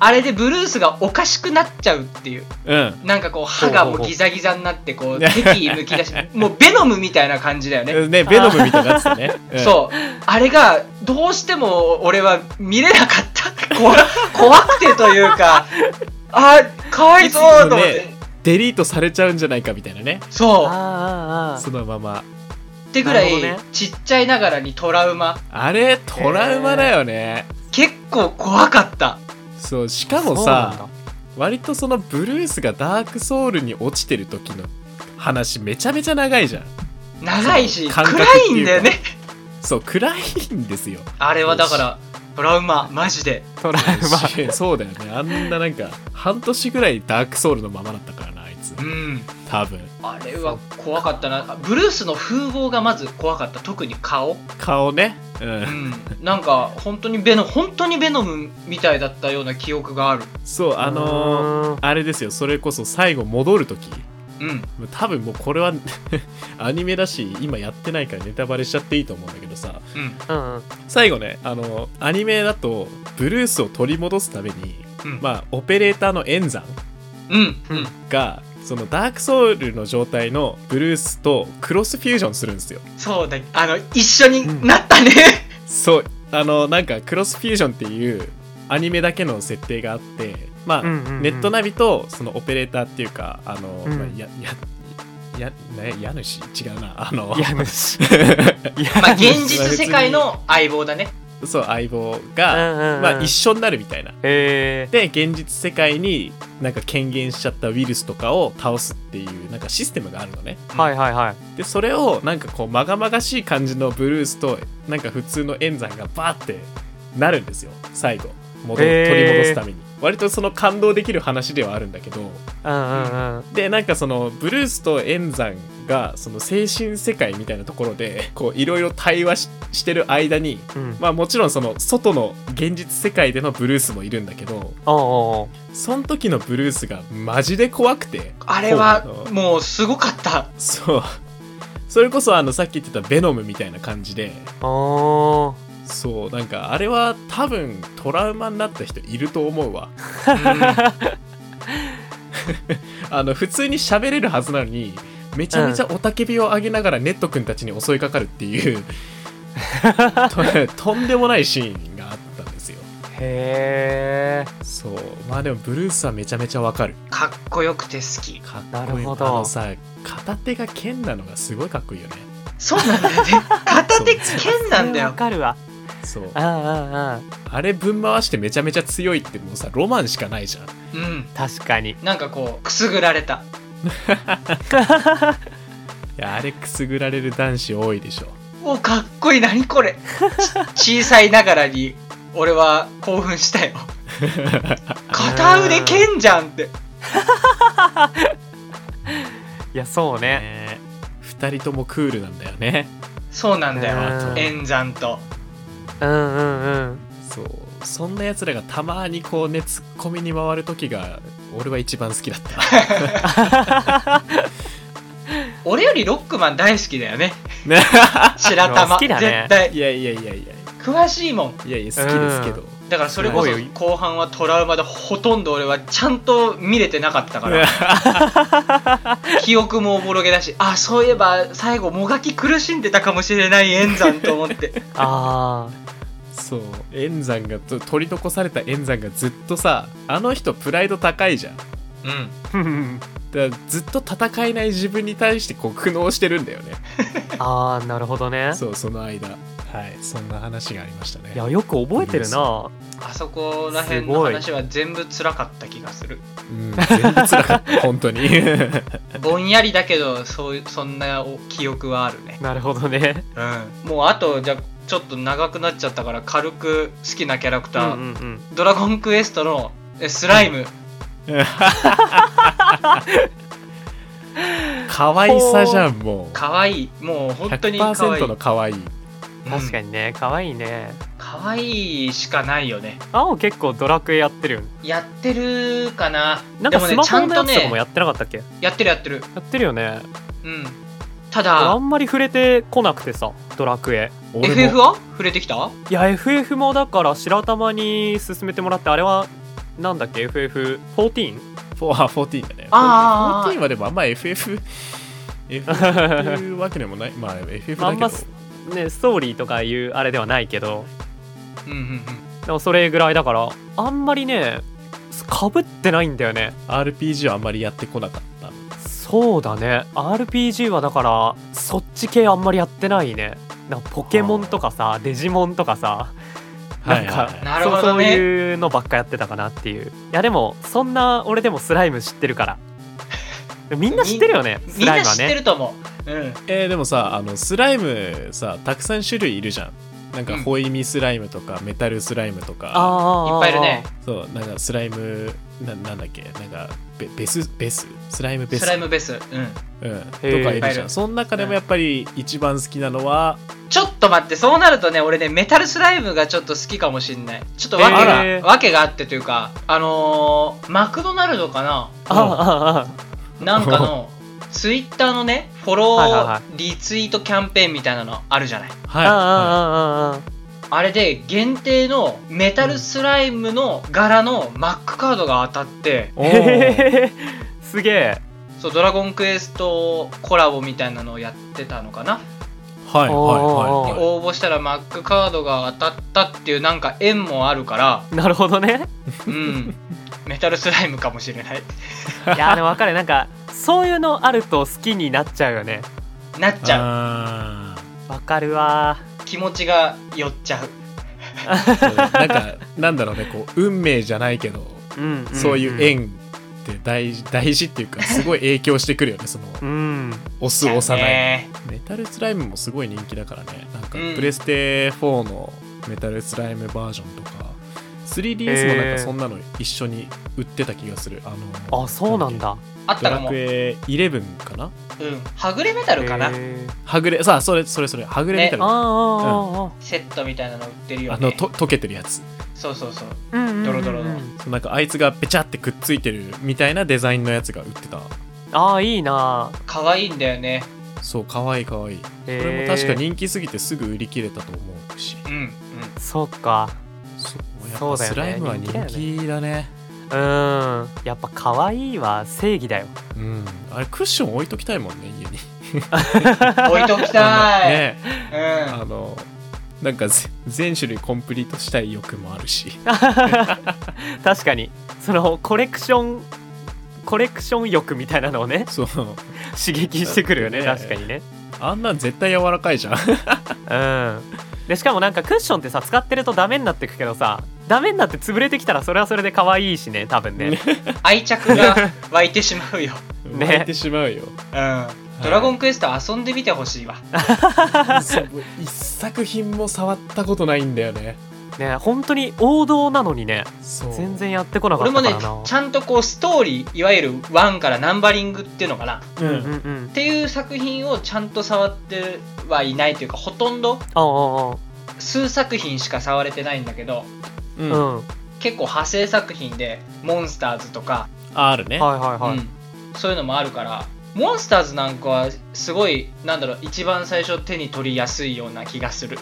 Speaker 3: あれでブルースがおかしくなっちゃうっていう
Speaker 1: うん
Speaker 3: なんかこう歯がもうギザギザになってこう敵むき出し [LAUGHS] もうベノムみたいな感じだよね
Speaker 1: ねベノムみたいになってたね、うん
Speaker 3: そうあれがどうしても俺は見れなかった怖
Speaker 1: [LAUGHS]
Speaker 3: 怖くてというかあかわいそうと思っ
Speaker 1: いつ
Speaker 3: て、
Speaker 1: もデリートされちゃうんじゃないかみたいなね
Speaker 3: そう
Speaker 2: あーあーあ
Speaker 1: そ
Speaker 2: ー
Speaker 1: のまま
Speaker 3: ってぐらい、
Speaker 2: なるほどね
Speaker 3: ちっちゃいながらにトラウマ
Speaker 1: あれトラウマだよね、
Speaker 3: 結構怖かった
Speaker 1: そうしかも
Speaker 2: そうなん
Speaker 1: さ
Speaker 2: だ
Speaker 1: 割とそのブルースがダークソウルに落ちてる時の話めちゃめちゃ長いじゃん
Speaker 3: 長いし
Speaker 1: 感覚
Speaker 3: 暗
Speaker 1: っていうか
Speaker 3: いんだよね [LAUGHS]
Speaker 1: そう暗いんですよ
Speaker 3: あれはだからトラウママジで
Speaker 2: トラウマ
Speaker 1: しそうだよねあんななんか半年ぐらいダークソウルのままだったからなあいつ
Speaker 3: うん
Speaker 1: 多分
Speaker 3: あれは怖かったなブルースの風貌がまず怖かった特に顔
Speaker 1: 顔ねう
Speaker 3: うんんなんか本当にベノ本当にベノムみたいだったような記憶がある
Speaker 1: そうあのー
Speaker 2: うーん
Speaker 1: あれですよそれこそ最後戻る時
Speaker 3: うん
Speaker 1: 多分もうこれは [LAUGHS] アニメだし今やってないからネタバレしちゃっていいと思うんだけどさ
Speaker 3: うん
Speaker 2: うんうん
Speaker 1: 最後ねあのアニメだとブルースを取り戻すために
Speaker 3: うん
Speaker 1: まあオペレーターの演算
Speaker 3: うんうん
Speaker 1: がそのダークソウルの状態のブルースとクロスフュージョンするんですよ
Speaker 3: そうだあの一緒になったね、
Speaker 1: そうあのなんかクロスフュージョンっていうアニメだけの設定があってまあ、
Speaker 2: うんうんうん
Speaker 1: ネットナビとそのオペレーターっていうかあの、
Speaker 2: うん
Speaker 1: まあ、やややな家主違うなあの
Speaker 2: 家主
Speaker 3: [LAUGHS] まあ、
Speaker 2: 家
Speaker 3: 現実世界の相棒だね
Speaker 1: [LAUGHS] そう相棒が、まあ、一
Speaker 2: 緒
Speaker 1: 緒になるみたいな
Speaker 2: え
Speaker 1: で現実世界になんか権限しちゃったウイルスとかを倒すっていうなんかシステムがあるのね
Speaker 2: ー、はいはいはい
Speaker 1: でそれをなんかこうまがまがしい感じのブルースとなんか普通の演算がバーってなるんですよ最後戻る
Speaker 2: へー
Speaker 1: 取り戻すために、割とその感動できる話ではあるんだけど
Speaker 2: うんうんうん
Speaker 1: でなんかそのブルースと演算がその精神世界みたいなところでこういろいろ対話ししてる間に
Speaker 2: うん
Speaker 1: まあもちろんその外の現実世界でのブルースもいるんだけど
Speaker 2: おうおうおう
Speaker 1: その時のブルースがマジで怖くて
Speaker 3: あれはもうすごかった
Speaker 1: そうそれこそあのさっき言ってたベノムみたいな感じで
Speaker 2: お
Speaker 1: そうなんかあれは多分トラウマになった人いると思うわあの普通に喋れるはずなのにめちゃめちゃ雄たけびを上げながらネット君たちに襲いかかるっていうととんでもないシーンがあったんですよ
Speaker 2: ーへえ
Speaker 1: そうまあでもブルースはめちゃめちゃわかる
Speaker 3: かっこよくて好き
Speaker 1: かっこいい
Speaker 2: なるほど
Speaker 1: あのさ片手が剣なのがすごいかっこいいよね
Speaker 3: そうなんだよね [LAUGHS] 片手剣なんだ
Speaker 2: わ
Speaker 3: よ
Speaker 2: かるわ
Speaker 1: そう
Speaker 2: うんうんうん
Speaker 1: あれぶん回してめちゃめちゃ強いってもうさロマンしかないじゃん
Speaker 3: うん
Speaker 2: 確かに
Speaker 3: なんかこうくすぐられた
Speaker 1: いやあれくすぐられる男子多いでしょ
Speaker 3: おかっこいい何これち小さいながらに俺は興奮したよ [LAUGHS] 片腕剣じゃんって
Speaker 2: いやそうね
Speaker 1: ね二人ともクールなんだよね
Speaker 3: そうなんだよ
Speaker 1: うん
Speaker 3: 演算と
Speaker 2: うんうんうん
Speaker 1: そうそんなやつらがたまにこうねツッコミに回る時が俺は一番好きだった
Speaker 3: 俺よりロックマン大好きだよね
Speaker 1: ね
Speaker 3: [LAUGHS] 白玉
Speaker 2: [LAUGHS] 好きだね
Speaker 3: 絶対
Speaker 1: [LAUGHS] いやいやいやいや
Speaker 3: 詳しいもん
Speaker 1: いやいや好きですけど
Speaker 3: だからそれこそ
Speaker 2: すごいよ
Speaker 3: 後半はトラウマでほとんど俺はちゃんと見れてなかったから
Speaker 2: [LAUGHS]
Speaker 3: 記憶もおぼろげだしあそういえば最後もがき苦しんでたかもしれない演算と思って
Speaker 2: [LAUGHS] あ [LAUGHS]
Speaker 1: そう演山がと取り残された演山がずっとさあの人プライド高いじゃんだか
Speaker 3: うん
Speaker 2: ー
Speaker 1: らずっと戦えない自分に対してこう苦悩してるんだよね
Speaker 2: あーなるほどね
Speaker 1: そうその間はいそんな話がありましたね
Speaker 2: いやよく覚えてるな
Speaker 3: あそこら辺の話は全部辛かった気がする
Speaker 1: うん全部辛かった本当に
Speaker 3: ぼんやりだけどそういうそんなお記憶はあるね
Speaker 2: なるほどね
Speaker 3: うんもうあとじゃあちょっと長くなっちゃったから軽く好きなキャラク
Speaker 2: う
Speaker 3: タ
Speaker 2: ん
Speaker 3: ー、
Speaker 2: うんうん
Speaker 3: ドラゴンクエストのえスライム、
Speaker 1: [LAUGHS] 可愛さじゃんもう
Speaker 3: 可愛いもう本当に可愛い
Speaker 1: 100%の可愛い
Speaker 2: 確か
Speaker 3: に
Speaker 2: にね可愛いね
Speaker 3: 可愛いしかないよね
Speaker 2: 青結構ドラクエやってるよね
Speaker 3: やってるかな
Speaker 2: なんかス
Speaker 3: でも
Speaker 2: マ
Speaker 3: ねちゃ
Speaker 2: ホ
Speaker 3: ん
Speaker 2: の
Speaker 3: と
Speaker 2: やつとか
Speaker 3: ね
Speaker 2: もやってなかったっけ
Speaker 3: やってるやってる
Speaker 2: やってるよね
Speaker 3: うんた
Speaker 2: あ
Speaker 3: だ
Speaker 2: んまり触れてこなくてさドラクエ
Speaker 3: FF は触れてきた
Speaker 2: いや FF もだから白玉に進めてもらってあれはなんだっけ
Speaker 1: フ
Speaker 2: FF14?
Speaker 1: ォーあ14だね
Speaker 3: あー
Speaker 1: 14はでもあんま FF っていうわけでもないまあ FF
Speaker 2: あ
Speaker 1: だ
Speaker 2: ん
Speaker 1: け
Speaker 2: ま
Speaker 1: ど
Speaker 2: すねストーリーとかいうあれではないけど
Speaker 3: うんうんうん
Speaker 2: でもそれぐらいだからあんまりねかぶってないんだよね
Speaker 1: RPG はあんまりやってこなかった
Speaker 2: そうだね RPG はだからそっち系あんまりやってないねなんかポケモンとかさデジモンとかさなんか
Speaker 1: はいはい
Speaker 3: なるほど
Speaker 2: そうそう
Speaker 3: ね
Speaker 2: いうのばっかやってたかなっていういやでもそんな俺でもスライム知ってるからでもみんな知ってるよね
Speaker 3: み
Speaker 2: ス
Speaker 3: ん
Speaker 2: ライ
Speaker 3: な
Speaker 2: ムは
Speaker 3: 知って
Speaker 2: ね
Speaker 3: ると思う、うん
Speaker 1: えーでもさあのスライムさたくさん種類いるじゃんなんかホイミスライムとかメタルスライムとか、
Speaker 2: ああ
Speaker 3: いっぱいいるね
Speaker 1: そうなんかスライムななんだっけなんかベベスベススライムベス
Speaker 3: スライムベスう
Speaker 1: う
Speaker 3: ん
Speaker 1: ん、とか
Speaker 2: へー
Speaker 1: いる
Speaker 3: いっ
Speaker 1: じ
Speaker 3: ぱいい
Speaker 1: ゃん
Speaker 3: る
Speaker 1: その中でもやっぱり一番好きなのは、
Speaker 3: ちょっと待ってそうなるとね俺ねメタルスライムがちょっと好きかもしんないちょっとわけが、
Speaker 2: へー
Speaker 3: わけがあってというかあのー、マクドナルドかな
Speaker 2: あああ
Speaker 3: なんか
Speaker 2: [LAUGHS]
Speaker 3: のツイッターのねフォロー、
Speaker 2: はいはいは
Speaker 3: リツイートキャンペーンみたいなのあるじゃない
Speaker 1: は
Speaker 2: あ
Speaker 1: いは
Speaker 2: ああああああ
Speaker 3: あれで限定のメタルスライムの柄のマックカードが当たって
Speaker 1: い、お
Speaker 2: へ
Speaker 1: ー
Speaker 2: へへすげえ
Speaker 3: そうドラゴンクエストコラボみたいなのをやってたのかな
Speaker 1: はいはい
Speaker 2: お
Speaker 1: は
Speaker 3: 応募したらマックカードが当たったっていうなんか縁もあるから
Speaker 2: なるほ
Speaker 1: [LAUGHS]
Speaker 2: どね
Speaker 3: うんメタルスライムかもしれない
Speaker 2: いやでも分かるなんかそういうのあると好きになっちゃうよね
Speaker 3: なっ
Speaker 1: い
Speaker 3: ちゃう
Speaker 1: ゃ
Speaker 2: わかるわ
Speaker 3: 気持ちが寄っちゃう
Speaker 1: なんかなんだろうねこう運命じゃないけど
Speaker 2: うん、うん、
Speaker 1: そういう縁って大事大事っていうかすごい影響してくるよねその
Speaker 2: うん
Speaker 1: 押す押さない
Speaker 3: ね
Speaker 1: メタルスライムもすごい人気だからねなんか
Speaker 3: うん
Speaker 1: プレステ4のメタルスライムバージョンとか 3DS もなんかそんなの一緒に売ってた気がする、あの
Speaker 2: あそうなんだ
Speaker 3: あっ
Speaker 1: ド
Speaker 3: たか
Speaker 1: ラ
Speaker 3: も
Speaker 1: クエ11かな
Speaker 3: うんはぐれメタルかな
Speaker 2: へー
Speaker 1: はぐれさあそれそれそれはぐれみたい
Speaker 2: あ
Speaker 1: な、
Speaker 2: ああああ
Speaker 3: セットみたいなの売ってるよ
Speaker 1: あ
Speaker 3: ね
Speaker 1: のと溶けてるやつ
Speaker 3: そうそうそう
Speaker 2: うんうんうんうん
Speaker 3: ドロドロの
Speaker 1: なんかあいつがペチャってくっついてるみたいなデザインのやつが売ってた
Speaker 2: ああいいな
Speaker 3: 可愛いんだよね
Speaker 1: そうかわいいかわいいこ
Speaker 2: へー
Speaker 1: れも確か人気すぎてすぐ売り切れたと思うし
Speaker 3: う
Speaker 1: [LAUGHS]
Speaker 3: んうん
Speaker 2: そうか
Speaker 1: そうやっぱ
Speaker 2: そうだよ
Speaker 1: ス
Speaker 2: ね
Speaker 1: ライムは人気だね
Speaker 2: うんやっぱ可愛いは正義だよ
Speaker 1: うんあれクッション置いときたいもんね家に
Speaker 3: 置いときた
Speaker 1: [LAUGHS]
Speaker 3: い、
Speaker 1: ね
Speaker 3: うん
Speaker 1: あのなんかぜ全種類コンプリートしたい欲もあるし
Speaker 2: 確かにそのコレクションコレクション欲みたいなのを
Speaker 1: [LAUGHS]
Speaker 2: ね
Speaker 1: そう
Speaker 2: 刺激してくるよね
Speaker 1: そうだね
Speaker 2: 確かにね
Speaker 1: あんなん絶対柔らかいじゃん
Speaker 2: うんでしかもなんかクッションってさ使ってるとダメになってくけどさダメになって潰れてきたらそれはそれで可愛いしね多分ね
Speaker 1: ね
Speaker 3: 愛着が湧いてしまうよ、
Speaker 1: [LAUGHS]
Speaker 2: ね
Speaker 1: 泣いてしまうよ、
Speaker 3: うん、ドラゴンクエスト遊んでみてほしいわ
Speaker 1: そう一作品も触ったことないんだよね
Speaker 2: ね本当に王道なのにね
Speaker 1: そう
Speaker 2: 全然やってこなか
Speaker 3: 俺
Speaker 2: った
Speaker 3: も
Speaker 2: か
Speaker 3: ね
Speaker 2: らな
Speaker 3: ちゃんとこうストーリーいわゆる1からナンバリングっていうのかなっ
Speaker 1: うん、
Speaker 2: うんうん
Speaker 3: ていう作品をちゃんと触ってはいないというかほとんど
Speaker 2: ああ
Speaker 3: 数作品しか触れてないんだけど
Speaker 1: うん
Speaker 2: あ
Speaker 1: あ
Speaker 2: あうん
Speaker 3: 結構派生作品でモンスターズとか、
Speaker 1: あるね、
Speaker 2: はいはいはい、
Speaker 3: うんそういうのもあるからモンスターズなんかはすごいなんだろう一番最初手に取りやすいような気がする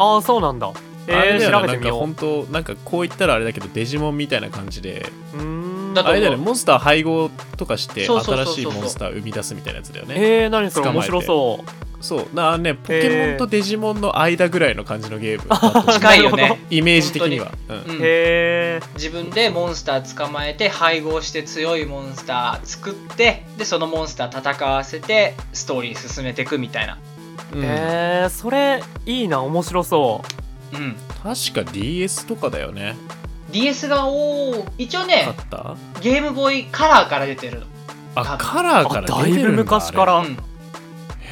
Speaker 2: ああそうなんだ
Speaker 1: あ
Speaker 2: え
Speaker 1: れだよ
Speaker 2: ー、調
Speaker 1: ね
Speaker 2: べてみよ
Speaker 1: なんか本当なんかこう言ったらあれだけどデジモンみたいな感じで
Speaker 2: ううーん
Speaker 3: だと
Speaker 1: あ
Speaker 3: 思う
Speaker 1: れだよねモンスター配合とかして
Speaker 3: そうそうそ
Speaker 1: 新
Speaker 3: うそう
Speaker 1: しいモンスター生み出すみたいなやつだよね
Speaker 2: えー、何それ
Speaker 1: 捕ま
Speaker 2: 面
Speaker 1: えて
Speaker 2: 白そう
Speaker 1: そうなあねポケモンとデジモンの間ぐらいの感じのゲームだと思う
Speaker 3: 近いよ
Speaker 2: なる
Speaker 3: ね、
Speaker 1: [LAUGHS] イメージ的には、うん
Speaker 3: うん、
Speaker 2: へえ
Speaker 3: 自分でモンスター捕まえて配合して強いモンスター作ってでそのモンスター戦わせてストーリー進めていくみたいな
Speaker 1: うん
Speaker 2: えー、それいいな面白そ
Speaker 3: うん
Speaker 1: 確か DS とかだよね
Speaker 3: DS がおー一応
Speaker 1: 買
Speaker 3: ね
Speaker 1: った
Speaker 3: ゲームボーイカラーから出てるの
Speaker 1: あカラ
Speaker 2: う
Speaker 1: ー
Speaker 2: あ
Speaker 1: から
Speaker 2: だ
Speaker 1: 出
Speaker 2: い
Speaker 1: て
Speaker 2: ぶ
Speaker 1: るんだ
Speaker 2: 昔か
Speaker 1: あ
Speaker 2: ら
Speaker 3: うん
Speaker 1: れ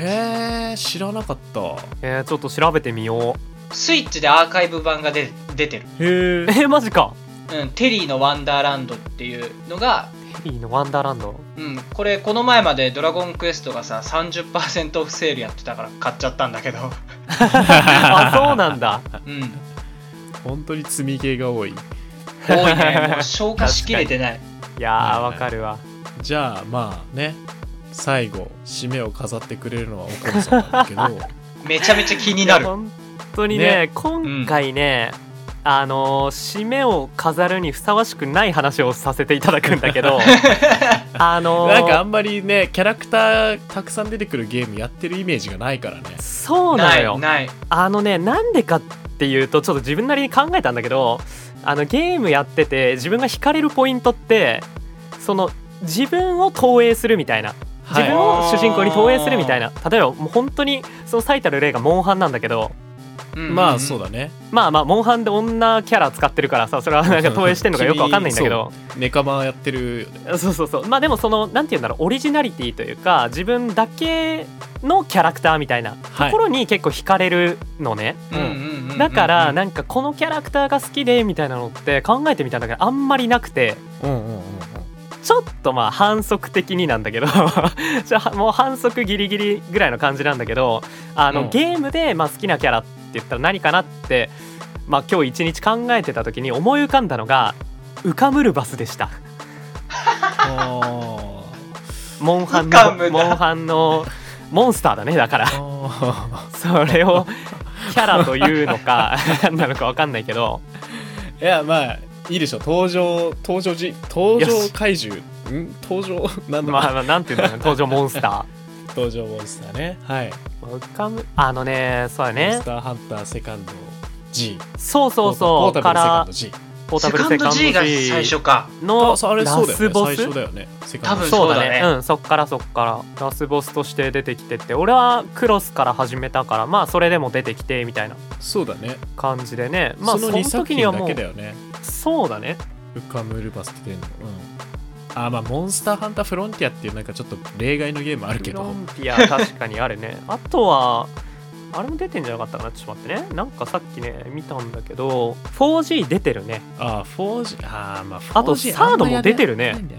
Speaker 1: へえ知らなかった
Speaker 2: えー、ちょっと調べてみよう
Speaker 3: スイッチでアーカイブ版が出出てる、
Speaker 1: へえ
Speaker 2: えー、マジか
Speaker 3: うん、テリーのワンダーランドっていうのが、
Speaker 2: テリーのワンダーラ
Speaker 1: [LAUGHS]
Speaker 2: ンド
Speaker 3: うん、これこの前までドラゴンクエストがさ30%オフセールやってたから買っちゃったんだけど
Speaker 2: [LAUGHS] あそうなんだ
Speaker 3: うん
Speaker 1: [LAUGHS] 本当に積みゲーが多い
Speaker 3: 多いねもう消化しきれてない
Speaker 2: いやー
Speaker 1: うん
Speaker 2: わかるわ
Speaker 1: じゃあまあね最後締めを飾ってくれるのはお母さんなんだけど
Speaker 2: [LAUGHS]
Speaker 3: めちゃめちゃ気に
Speaker 2: い
Speaker 3: な
Speaker 2: や
Speaker 3: る
Speaker 2: 本当にね今回ね、あのー締めを飾るにふさわしくない話をさせていただくんだ
Speaker 1: [LAUGHS]
Speaker 2: けどあのー
Speaker 1: なんかあんまりねキャラクターたくさん出てくるゲームやってるイメージがないからね
Speaker 2: そうな
Speaker 3: な
Speaker 2: のよ
Speaker 3: いない
Speaker 2: あのねなんでかっていうとちょっと自分なりに考えたんだけどあのゲームやってて自分が惹かれるポイントってその自分を投影するみたいな自分を主人公に投影するみたいな、例えばもう本当にその最たる例がモンハンなんだけど
Speaker 1: まあそうだね
Speaker 2: まあまあモンハンで女キャラ使ってるからさそれは [LAUGHS] なんか投影してんのかよくわかんないんだけど
Speaker 1: ネカマやってるよね
Speaker 2: そうそうそうまあでもそのなんて言うんだろうオリジナリティというか自分だけのキャラクターみたいなと
Speaker 1: はい
Speaker 2: ころに結構惹かれるのね、だからなんかこのキャラクターが好きでみたいなのって考えてみたんだけどあんまりなくて
Speaker 1: うんうんうんうん
Speaker 2: ちょっとまあ反則的になんだけど [LAUGHS] ちょもう反則ギリギリぐらいの感じなんだけどあの、
Speaker 1: うん
Speaker 2: ゲームでまあ好きなキャラって言ったら何かなって、まあ、今日一日考えてた時に思い浮かんだのがウカムルバスでした。
Speaker 1: あ
Speaker 2: モンハン
Speaker 3: 浮かぶ
Speaker 2: の
Speaker 3: な
Speaker 2: モンハンのモンスターだねだから
Speaker 1: ーあ
Speaker 2: それをキャラというのか何なのか分かんないけど
Speaker 1: ーいやまあいいでしょ登場登場時登場怪獣ん登場なんだ、
Speaker 2: まあなんていうんだろうね登場モンスタ
Speaker 1: 登場モンスターねはい、
Speaker 2: ー浮かぶあのねそうだ
Speaker 1: モン
Speaker 2: ね
Speaker 1: スターハンターセカンド G
Speaker 2: そうそうそう
Speaker 1: ポー
Speaker 2: か
Speaker 1: タブルセカン
Speaker 2: ら
Speaker 1: ド G
Speaker 2: ポータ
Speaker 3: セ
Speaker 2: ブル
Speaker 3: カ
Speaker 2: セカン
Speaker 3: ンド
Speaker 2: ド
Speaker 3: G
Speaker 2: G
Speaker 3: が最初か
Speaker 2: の
Speaker 1: ああれそう
Speaker 2: ラ
Speaker 1: だよ
Speaker 2: ス
Speaker 1: ね
Speaker 2: ボ
Speaker 1: 最
Speaker 2: ス
Speaker 1: 初だよねセ
Speaker 3: 多
Speaker 1: カンド
Speaker 3: 分
Speaker 1: G
Speaker 2: そうだ
Speaker 3: そう
Speaker 2: ね
Speaker 3: だね
Speaker 2: うんそっからそっからラスボスとして出てきてって俺はクロスから始めたからまあそれでも出てきてみたいな
Speaker 1: そうだね
Speaker 2: 感じでねま
Speaker 1: ま
Speaker 2: あ
Speaker 1: あそ
Speaker 2: その
Speaker 1: の2作
Speaker 2: 時には
Speaker 1: 品
Speaker 2: も
Speaker 1: だ
Speaker 2: う
Speaker 1: けだよね
Speaker 2: そうだね
Speaker 1: ウカムルバスって出るの、うん、あーまあモンスターハンターフロンティアっていうなんかちょっと例外のゲームあるけ
Speaker 2: フロ
Speaker 1: ど
Speaker 2: ンティア確かにあるね [LAUGHS] あとはあれも出てんじゃなかったかなちょっと待ってねなんかさっきね見たんだけど 4G 出てるね
Speaker 1: ああ 4G ああまあ 4G
Speaker 2: あとサードも出てるね
Speaker 1: あんまやらないん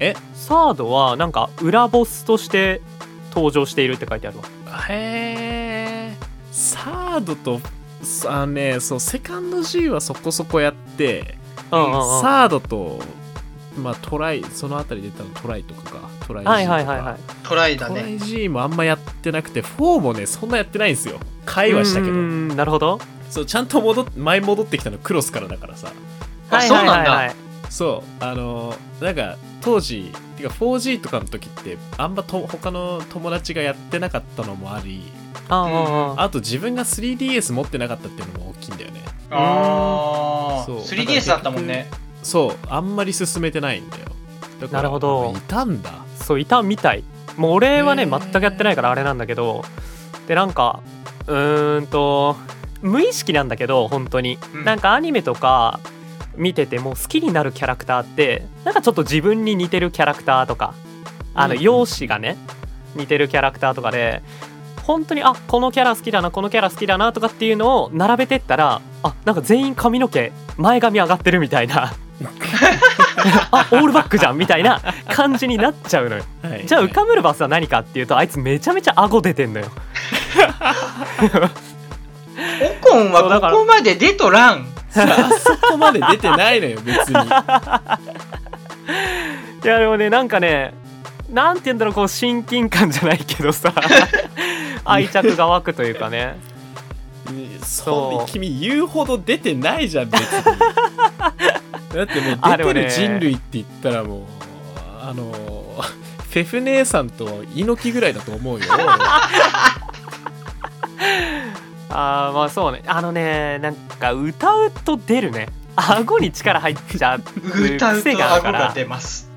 Speaker 1: だよ
Speaker 2: サードはなんか裏ボスとして登場しているって書いてあるわ
Speaker 1: へえサードとあねそうセカンド G はそこそこやって、
Speaker 2: うんうんうん
Speaker 1: サードとまあトライそのあたりで言ったらトライとかかトライ G とか、
Speaker 2: はいはいはいはい
Speaker 3: トライだ
Speaker 1: トラ
Speaker 3: ね
Speaker 1: イ G もあんまやってなくて4もねそんなやってないんですよ会話したけ
Speaker 2: うー
Speaker 1: ど
Speaker 2: んなるほど
Speaker 1: そうちゃんと戻っ前戻ってきたのクロスからだからさ
Speaker 3: あ
Speaker 2: はい
Speaker 3: そう
Speaker 2: はい
Speaker 3: なんだ
Speaker 2: はいはい
Speaker 1: そうあのーなんか当時てか 4G とかの時ってあんまと他の友達がやってなかったのもあり
Speaker 2: ああ
Speaker 1: あと自分が 3DS 持ってなかったっていうのも大きいんだよね
Speaker 3: ああ
Speaker 1: そう
Speaker 3: 3DS だったもんね
Speaker 1: そうあんまり進めてないんだよだから
Speaker 2: なるほど
Speaker 1: いたんだ
Speaker 2: そういたみたいもう俺はね
Speaker 1: へ
Speaker 2: 全
Speaker 1: ー
Speaker 2: くやってないからあれなんだけどでなんかうーんと無意識なんだけど本当に、
Speaker 3: うん
Speaker 2: なんかアニメとか見てても好きになるキャラクターってなんかちょっと自分に似てるキャラクターとかあの
Speaker 1: うん
Speaker 2: 容姿がね似てるキャラクターとかで本当にあこのキャラ好きだなこのキャラ好きだなとかっていうのを並べてったらあなんか全員髪の毛前髪上がってるみたい
Speaker 1: [LAUGHS]
Speaker 2: なあオールバックじゃんみたいな感じになっちゃうのよ
Speaker 1: はい
Speaker 2: じゃあウカムルバスは何かっていうとあいつめちゃめちゃ顎出てんのよ
Speaker 3: オコン
Speaker 2: そうだか
Speaker 3: はこ
Speaker 2: ら
Speaker 3: こまで出とらん
Speaker 1: あそこまで出てないのよ別に
Speaker 2: いやでもねなんかねなんて言うんだろうこう親近感じゃないけど
Speaker 3: [LAUGHS]
Speaker 2: さ愛着が湧くというかね
Speaker 1: そう君言うほど出てないじゃん別にだっても
Speaker 2: あ
Speaker 1: う
Speaker 2: で
Speaker 1: 出て
Speaker 2: もね
Speaker 1: る人類って言ったらもうあのフェフ姉さんと猪木ぐらいだと思うよ
Speaker 2: あーまあそうねあのねなんか歌うと出るね顎に力入っちゃう
Speaker 3: 歌う
Speaker 2: 癖
Speaker 3: と
Speaker 2: がある
Speaker 3: 顎
Speaker 2: か
Speaker 3: が
Speaker 2: ら
Speaker 3: 出ます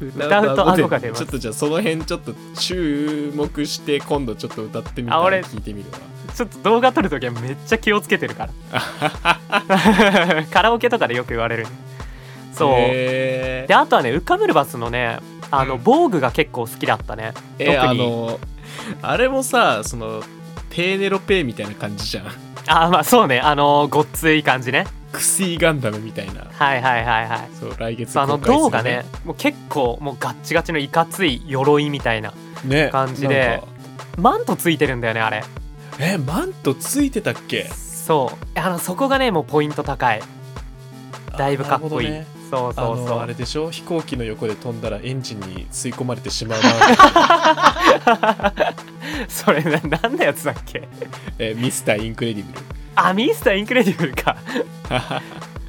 Speaker 2: 歌うと顎が出ま
Speaker 1: ち
Speaker 2: す
Speaker 1: ょっとじゃあその辺ちょっと注目して今度ちょっと歌ってみた
Speaker 2: あ俺
Speaker 1: ら聞いてみるわ
Speaker 2: ちょっと動画撮るときはめっちゃ気をつけてるから [LAUGHS] カラオケとかでよく言われるそう、
Speaker 1: へ
Speaker 2: であとはねウカムルバスのねあの
Speaker 3: うん
Speaker 2: 防具が結構好きだったね、
Speaker 1: ーえ
Speaker 2: 特に
Speaker 1: あのあれもさそのペーネロペーみたいな感じじゃん
Speaker 2: あーまあそうねあのごっつい感じね
Speaker 1: クスイガンダムみたいな
Speaker 2: はいはいはいはい
Speaker 1: そう来月
Speaker 2: そうあの
Speaker 1: 公開する
Speaker 2: 銅がねもう結構もうガッチガチのいかつい鎧みたいな
Speaker 1: ね
Speaker 2: 感じで
Speaker 1: なんか
Speaker 2: マントついてるんだよねあれ
Speaker 1: えマントついてたっけ
Speaker 2: そうあのそこがねもうポイント高いだいぶかっこいい、
Speaker 1: なる
Speaker 2: そう
Speaker 1: ほ
Speaker 2: そ
Speaker 1: どね
Speaker 2: う
Speaker 1: あ
Speaker 2: そう
Speaker 1: のあれでしょ飛行機の横で飛んだらエンジンに吸い込まれてしまう
Speaker 2: [LAUGHS] それな何のやつだっけ
Speaker 1: えーミスターインクレディブル
Speaker 2: あミスターインクレディブル
Speaker 1: [LAUGHS]
Speaker 2: か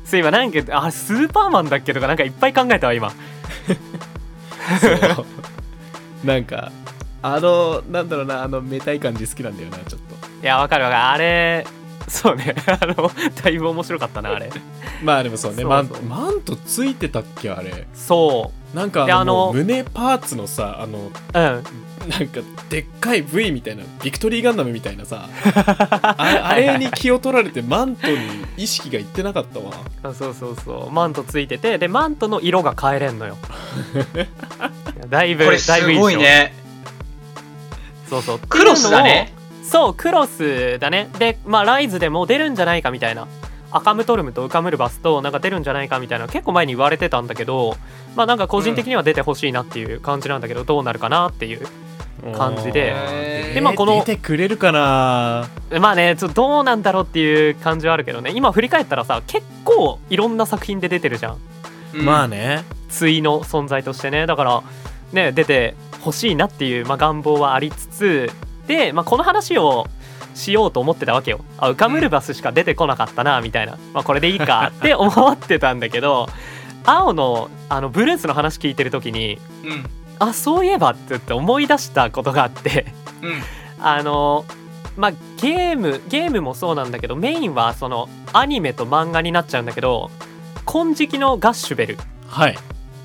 Speaker 2: そう今なんかあスーパーマンだっけとかなんかいっぱい考えたわ今
Speaker 1: そうなんかあのなんだろうなあのめたい感じ好きなんだよなちょっと
Speaker 2: いやわかるわかるあれそうね [LAUGHS] あのだいぶ面白かったなあれ
Speaker 1: まあでもそうね
Speaker 2: そうそう
Speaker 1: マントマントついてたっけあれ
Speaker 2: そ
Speaker 1: なんかあ
Speaker 2: で
Speaker 1: の
Speaker 2: あの
Speaker 1: もう胸パーツのさあの
Speaker 2: ううん
Speaker 1: なんかでっかい V みたいなビクトリーガンダムみたいな
Speaker 2: [LAUGHS]
Speaker 1: さああれに気を取られてマントに意識がいってなかったわ
Speaker 2: あそうそうそうマントついててでマントの色が変えれんの
Speaker 3: [LAUGHS]
Speaker 2: よいやだいぶ
Speaker 3: これ
Speaker 2: だいぶ
Speaker 3: すごいね
Speaker 2: 印象そうそう
Speaker 3: クロスだね
Speaker 2: そうクロスだねでまあライズでも出るんじゃないかみたいなアカムトルムとウカムルバスとなんか出るんじゃないかみたいな結構前に言われてたんだけどまあなんか個人的には出てほしいなっていう感じなんだけど、どうなるかなっていう感じで
Speaker 1: えー
Speaker 2: でまあこの
Speaker 1: 出てくれるかな
Speaker 2: まあねちょっとどうなんだろうっていう感じはあるけどね今振り返ったらさ結構いろんな作品で出てるじゃん
Speaker 3: うん
Speaker 1: まあね
Speaker 2: 対の存在としてねだからね出てほしいなっていう、まあ、願望はありつつで、まあ、この話をしようと思ってたわけよあウカムルバスしか出てこなかったなみたいな、まあ、これでいいか
Speaker 1: [LAUGHS]
Speaker 2: って思ってたんだけど青のあのブルースの話聞いてる時に
Speaker 3: うん
Speaker 2: あそういえばって言って思い出したことがあって。 [LAUGHS]
Speaker 3: うん
Speaker 2: あのまあゲームゲームもそうなんだけどメインはそのアニメと漫画になっちゃうんだけど金色のガッシュベル
Speaker 1: はい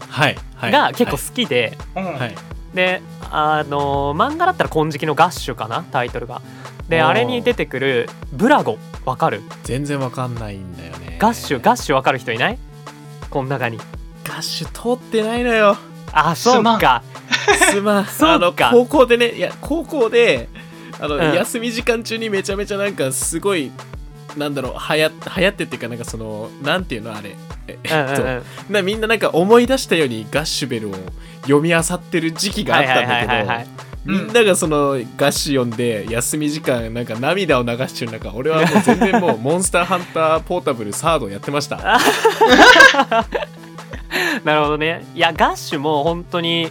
Speaker 1: はいはい
Speaker 2: が結構
Speaker 1: は
Speaker 2: 好きで、
Speaker 3: うん
Speaker 1: い、はい
Speaker 2: であの漫画だったら金色のガッシュかなタイトルがで
Speaker 1: おー
Speaker 2: あれに出てくるブラゴわかる
Speaker 1: 全然わかんないんだよね
Speaker 2: ガッシュ
Speaker 1: ガ
Speaker 2: ガッシュわかる人いないこの中に
Speaker 1: ッシュ通ってないのよ
Speaker 2: あそ
Speaker 1: [LAUGHS]
Speaker 2: うか
Speaker 1: すまん
Speaker 2: [LAUGHS] そう
Speaker 1: あの
Speaker 2: か
Speaker 1: 高校でねいや高校であの、
Speaker 2: うん
Speaker 1: 休み時間中にめちゃめちゃなんかすごいなんだろうはや流行ってっていうかなんかそのなんていうのあれえ
Speaker 2: うんうん
Speaker 1: えっと
Speaker 2: うん
Speaker 1: なみんななんか思い出したようにガッシュベルを読み漁ってる時期があったん
Speaker 2: はいはいはいはい
Speaker 1: だ
Speaker 2: は
Speaker 1: け
Speaker 2: い
Speaker 1: どみんながそのガッシュ読んで休み時間なんか涙を流してる中俺はもう全然もうモンスターハンターポータブルサードをやってま [LAUGHS] した
Speaker 2: なるほどねいやガッシュも本当に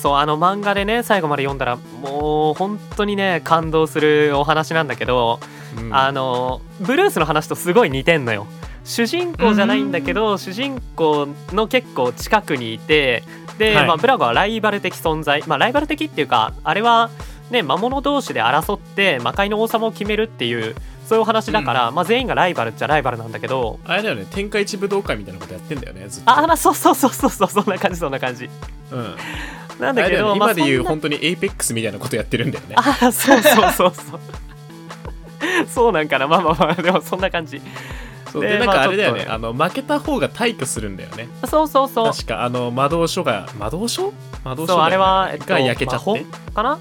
Speaker 2: そうあの漫画でね最後まで読んだらもう本当にね感動するお話なんだけど、
Speaker 1: うん
Speaker 2: あのブルースの話とすごい似てんのよ主人公じゃないんだけど主人公の結構近くにいてで、
Speaker 1: はい
Speaker 2: まあ、ブラゴはライバル的存在、まあ、ライバル的っていうかあれは、ね、魔物同士で争って魔界の王様を決めるっていうそういうお話だから、まあ、全員がライバルっちゃライバルなんだけど
Speaker 1: あれだよね天下一武道会みたいなことやってんだよねずっと
Speaker 2: あまあそうそうそうそうそうそんな感じそんな感じ
Speaker 1: うん
Speaker 2: なん
Speaker 1: あ
Speaker 2: だ
Speaker 1: れ
Speaker 2: け
Speaker 1: だよ
Speaker 2: ど
Speaker 1: ね
Speaker 2: まあ
Speaker 1: 今で言う
Speaker 2: そんな
Speaker 1: 本当にエイペックスみたいなことやってるんだよね
Speaker 2: [LAUGHS] あそうそうそうそうそうなんかなまあまあまあでもそんな感じ
Speaker 1: そう
Speaker 2: で
Speaker 1: でなん
Speaker 2: ま
Speaker 1: か
Speaker 2: あ
Speaker 1: あれだよね
Speaker 2: ちょっ
Speaker 1: あの負けた方が退去するんだよね
Speaker 2: そうそうそう
Speaker 1: 確かあの魔導書が魔導書魔導書だ
Speaker 2: そ
Speaker 1: よ
Speaker 2: う
Speaker 1: ね
Speaker 2: あれは、えっと
Speaker 1: が焼けちゃっ
Speaker 2: 魔
Speaker 1: て
Speaker 2: 法かな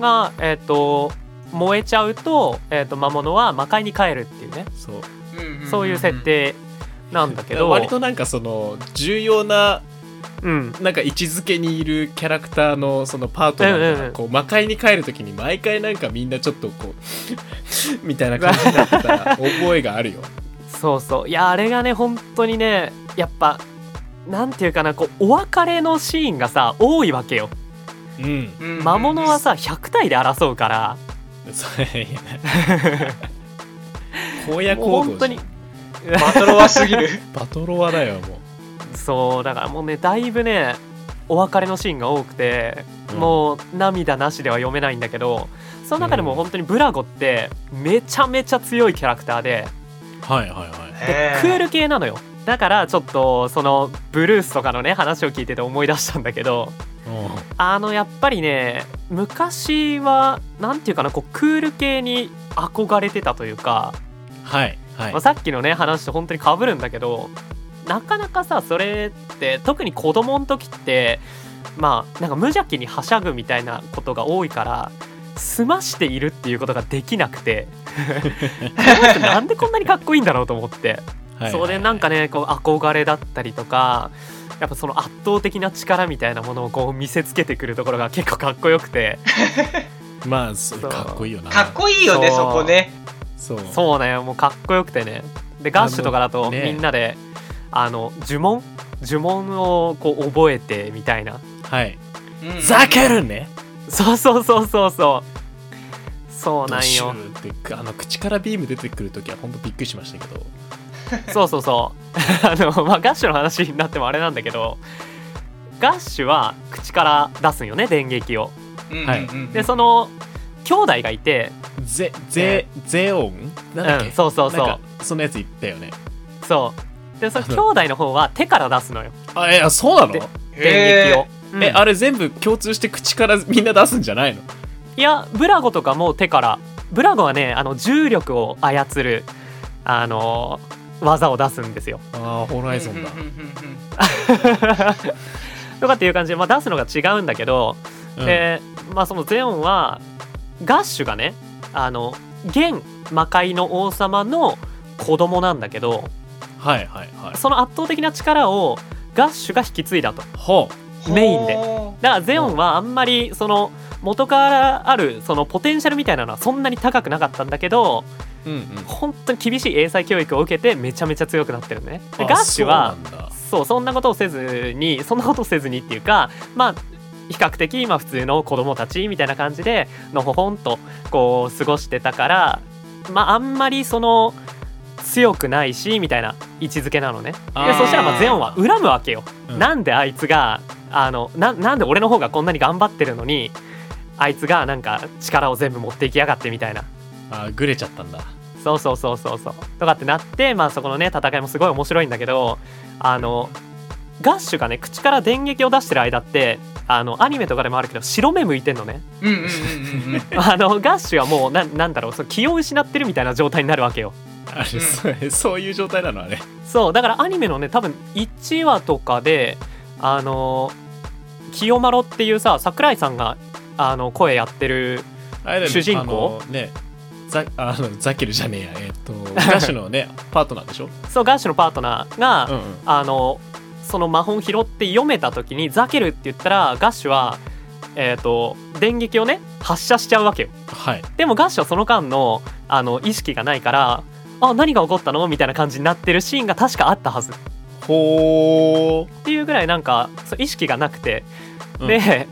Speaker 2: がえっと燃えちゃうと,、えっと魔物は魔界に帰るっていうね、
Speaker 1: そう
Speaker 3: うんん
Speaker 2: そういう設定なんだけど
Speaker 1: 割となんかその重要な
Speaker 2: うん
Speaker 1: なんか位置づけにいるキャラクターのそのパートナー
Speaker 2: うんうんう
Speaker 1: が
Speaker 2: ん
Speaker 1: こう魔界に帰るときに毎回なんかみんなちょっとこう [LAUGHS] みたいな感じになってた覚えがあるよ。
Speaker 2: [LAUGHS] そうそういやあれがね本当にねやっぱなんていうかなこうお別れのシーンがさ多いわけよ
Speaker 1: うん、
Speaker 3: うん
Speaker 2: 魔物はさ100体で争うから
Speaker 1: そういや荒野
Speaker 2: も
Speaker 1: 行
Speaker 2: う本
Speaker 1: 動
Speaker 2: 当
Speaker 1: じ
Speaker 2: に
Speaker 1: ゃん
Speaker 3: バトロワすぎ [LAUGHS] る
Speaker 1: バトロワだよも
Speaker 2: そうだからもうねだいぶねお別れのシーンが多くて、
Speaker 1: うん
Speaker 2: もう涙なしでは読めないんだけどその中でも本当にブラゴってめちゃめちゃ強いキャラクターで
Speaker 1: う。はいはいはい。
Speaker 3: へ
Speaker 2: クール系なのよだからちょっとそのブルースとかのね話を聞いてて思い出したんだけどあのやっぱりね昔は何ていうかなこうクール系に憧れてたというか、
Speaker 1: はいはい
Speaker 2: まあ、。さっきのね話と本当に被るんだけどなかなかさそれって特に子供の時ってまあなんか無邪気にはしゃぐみたいなことが多いから済ましているっていうことができなくてこの人なんでこんなにかっこいいんだろうと思って
Speaker 1: はい
Speaker 2: それなんかねこう憧れだったりとかやっぱその圧倒的な力みたいなものをこう見せつけてくるところが結構かっこよくて
Speaker 1: まあそう
Speaker 2: そう
Speaker 1: かっこいいよな。
Speaker 3: かっこいいよね
Speaker 2: そう
Speaker 3: そこね
Speaker 1: そう。
Speaker 2: そうねもうかっこよくてねでガッシュとかだ
Speaker 1: あの
Speaker 2: と
Speaker 1: ね
Speaker 2: みんなであの呪文呪文をこう覚えてみたいな [LAUGHS]
Speaker 1: はい。
Speaker 3: うん
Speaker 1: ざけるね。
Speaker 2: そうそうそうそうそうそう
Speaker 1: ド
Speaker 2: なん
Speaker 1: シュ
Speaker 2: よ
Speaker 1: ーってあの口からビーム出てくるときは本当びっくりしましたけど。
Speaker 2: そうそうそう [LAUGHS] あの、まあ、ガッシュの話になってもあれなんだけどガッシュは口から出すんよね電撃を
Speaker 3: うんうんうん
Speaker 1: はい
Speaker 2: でその兄弟がいて、
Speaker 1: ゼゼゼオンなんだっけ、
Speaker 2: うん、そうそうそ
Speaker 1: なん
Speaker 2: う
Speaker 1: かそのやつ言ったよね
Speaker 2: そうでその兄弟の方は手から出すのよ
Speaker 1: あえあそうなの
Speaker 2: で電
Speaker 3: へ
Speaker 2: 撃
Speaker 3: ー
Speaker 2: を、うん
Speaker 1: えあれ全部共通して口からみんな出すんじゃないの
Speaker 2: いやブラゴとかも手からブラゴはねあの重力を操るあの技を出すんですよ
Speaker 1: ああホライゾンだ
Speaker 3: うんうんうん
Speaker 2: とかっていう感じで、まあ、出すのが違うんだけど、
Speaker 1: うん
Speaker 2: でまあ、そのゼオンはガッシュがねあの現魔界の王様の子供なんだけど
Speaker 1: はいはいはい
Speaker 2: その圧倒的な力をガッシュが引き継いだと
Speaker 1: ほう
Speaker 3: うん
Speaker 2: メインで
Speaker 3: ほ
Speaker 2: だからゼオンはあんまりその元からあるそのポテンシャルみたいなのはそんなに高くなかったんだけど
Speaker 1: うんうん
Speaker 2: 本当に厳しい英才教育を受けてめちゃめちゃ強くなってるねで
Speaker 1: あ
Speaker 2: ガッシュは
Speaker 1: そうなんだ
Speaker 2: そうそんなことをせずにそんなことをせずにっていうかまあ比較的今普通の子供たちみたいな感じでのほほんとこう過ごしてたからまああんまりその強くないしみたいな位置づけなのね
Speaker 1: あ
Speaker 2: で
Speaker 1: ー
Speaker 2: そしたらまあゼオンは恨むわけよ、
Speaker 1: うん
Speaker 2: なんであいつがあのななんで俺の方がこんなに頑張ってるのにあいつがなんか力を全部持っていきやがってみたいな
Speaker 1: あーグレちゃったんだ
Speaker 2: そうそうそうそうそうとかってなってまあそこのね戦いもすごい面白いんだけどあのガッシュがね口から電撃を出してる間ってあのアニメとかでもあるけど白目向いてんのね [LAUGHS]
Speaker 3: ううんうんうんうんうん
Speaker 2: あのガッシュはもうななんだろうその気を失ってるみたいな状態になるわけよ
Speaker 1: あれそうそういう状態なのあれ
Speaker 2: そうだからアニメのね多分1話とかであの清丸っていうさ桜井さんがあの声やってる
Speaker 1: あれだよね
Speaker 2: 主人公
Speaker 1: あのねザあのザキルじゃねえやえっとガッシュの
Speaker 2: [LAUGHS]
Speaker 1: ねパートナーでしょ
Speaker 2: そうガッシュのパートナーが、
Speaker 1: うんうん
Speaker 2: あのその魔法拾って読めた時にザケルって言ったらガッシュはえっ、と電撃をね発射しちゃうわけよ
Speaker 1: はい
Speaker 2: でもガッシュはその間のあの意識がないからあ何が起こったのみたいな感じになってるシーンが確かあったはずっ
Speaker 1: ほ
Speaker 2: ていうぐらいなんかそう意識がなくて、
Speaker 1: うん
Speaker 2: で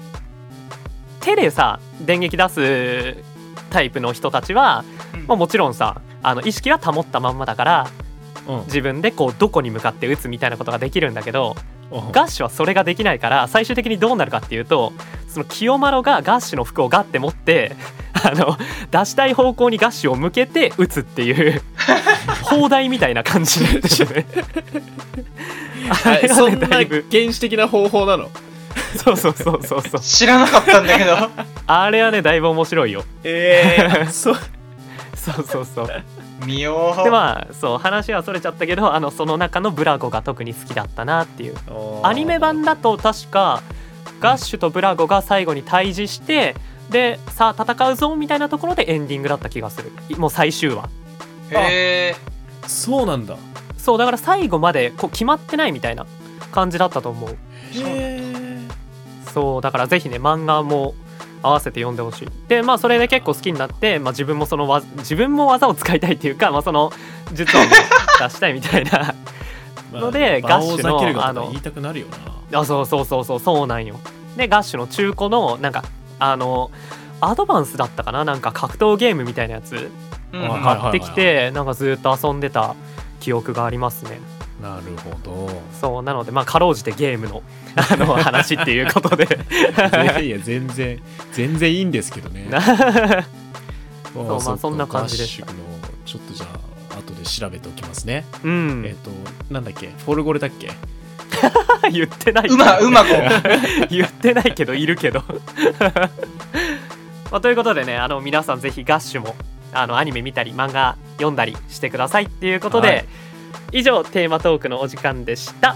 Speaker 2: 手でさ電撃出すタイプの人たちは、まあ、もちろんさあの意識は保ったまんまだから
Speaker 1: う、うん
Speaker 2: 自分でこうどこに向かって撃つみたいなことができるんだけど
Speaker 1: うん、
Speaker 2: ガッシュはそれができないから最終的にどうなるかっていうとその清丸がガッシュの服をガッて持って [LAUGHS] あの出したい方向にガッシュを向けて撃つっていう砲台みたいな感じになってるねあ
Speaker 1: え
Speaker 2: れ
Speaker 1: そ
Speaker 2: は
Speaker 1: ん
Speaker 2: ね
Speaker 1: な
Speaker 2: だ
Speaker 1: 原
Speaker 2: いぶ
Speaker 1: 始的な方法なの
Speaker 2: そうそうそうそうそう
Speaker 3: 知らなかったんだけど
Speaker 2: [LAUGHS] あれはねだいぶ面白いよ
Speaker 1: ええ [LAUGHS] そう
Speaker 2: そうそうそう
Speaker 3: 見よう
Speaker 2: でまあそう話はそれちゃったけどあのその中のブラゴが特に好きだったなっていうアニメ版だと確かガッシュとブラゴが最後に対峙してでさあ戦うぞみたいなところでエンディングだった気がするもう最終話
Speaker 3: へえ
Speaker 1: そうなんだ
Speaker 2: そうだから最後までこう決まってないみたいな感じだったと思う
Speaker 3: そうなんだ
Speaker 1: え
Speaker 2: そうだからぜひね漫画も合わせて読んでほしいでまあそれで結構好きになって、まあ、自分もその技自分も技を使いたいっていうか、まあ、その術をね出したいみたいなのでガッシュの
Speaker 1: あ
Speaker 2: あの
Speaker 1: 言いたくなるよな
Speaker 2: あそうそうそうそうそうなんよでガッシュの中古のなんかあのアドバンスだったかななんか格闘ゲームみたいなやつ
Speaker 3: うん
Speaker 1: はい
Speaker 2: 買ってきてなんかずっと遊んでた記憶がありますね
Speaker 1: なるほ [LAUGHS] ど
Speaker 2: そうなのでまあかろうじてゲームのあ
Speaker 1: [LAUGHS]
Speaker 2: の話っていうことで
Speaker 1: いやいや全然全然いいんですけど [LAUGHS] ね
Speaker 2: な
Speaker 1: そう
Speaker 2: まあそんな感じでした
Speaker 1: ガッシュのちょっとじゃあ後で調べておきますね、
Speaker 2: う
Speaker 1: えっ、
Speaker 2: ん
Speaker 1: となんだっけフォルゴレだっけ
Speaker 2: [LAUGHS] 言ってないけど
Speaker 3: うまうまこ
Speaker 2: 言ってないけどいるけど [LAUGHS] まあということでねあの皆さんぜひガッシュもあのアニメ見たり漫画読んだりしてくださいっていうことで、
Speaker 1: はい
Speaker 2: 以上テーマトークのお時間でした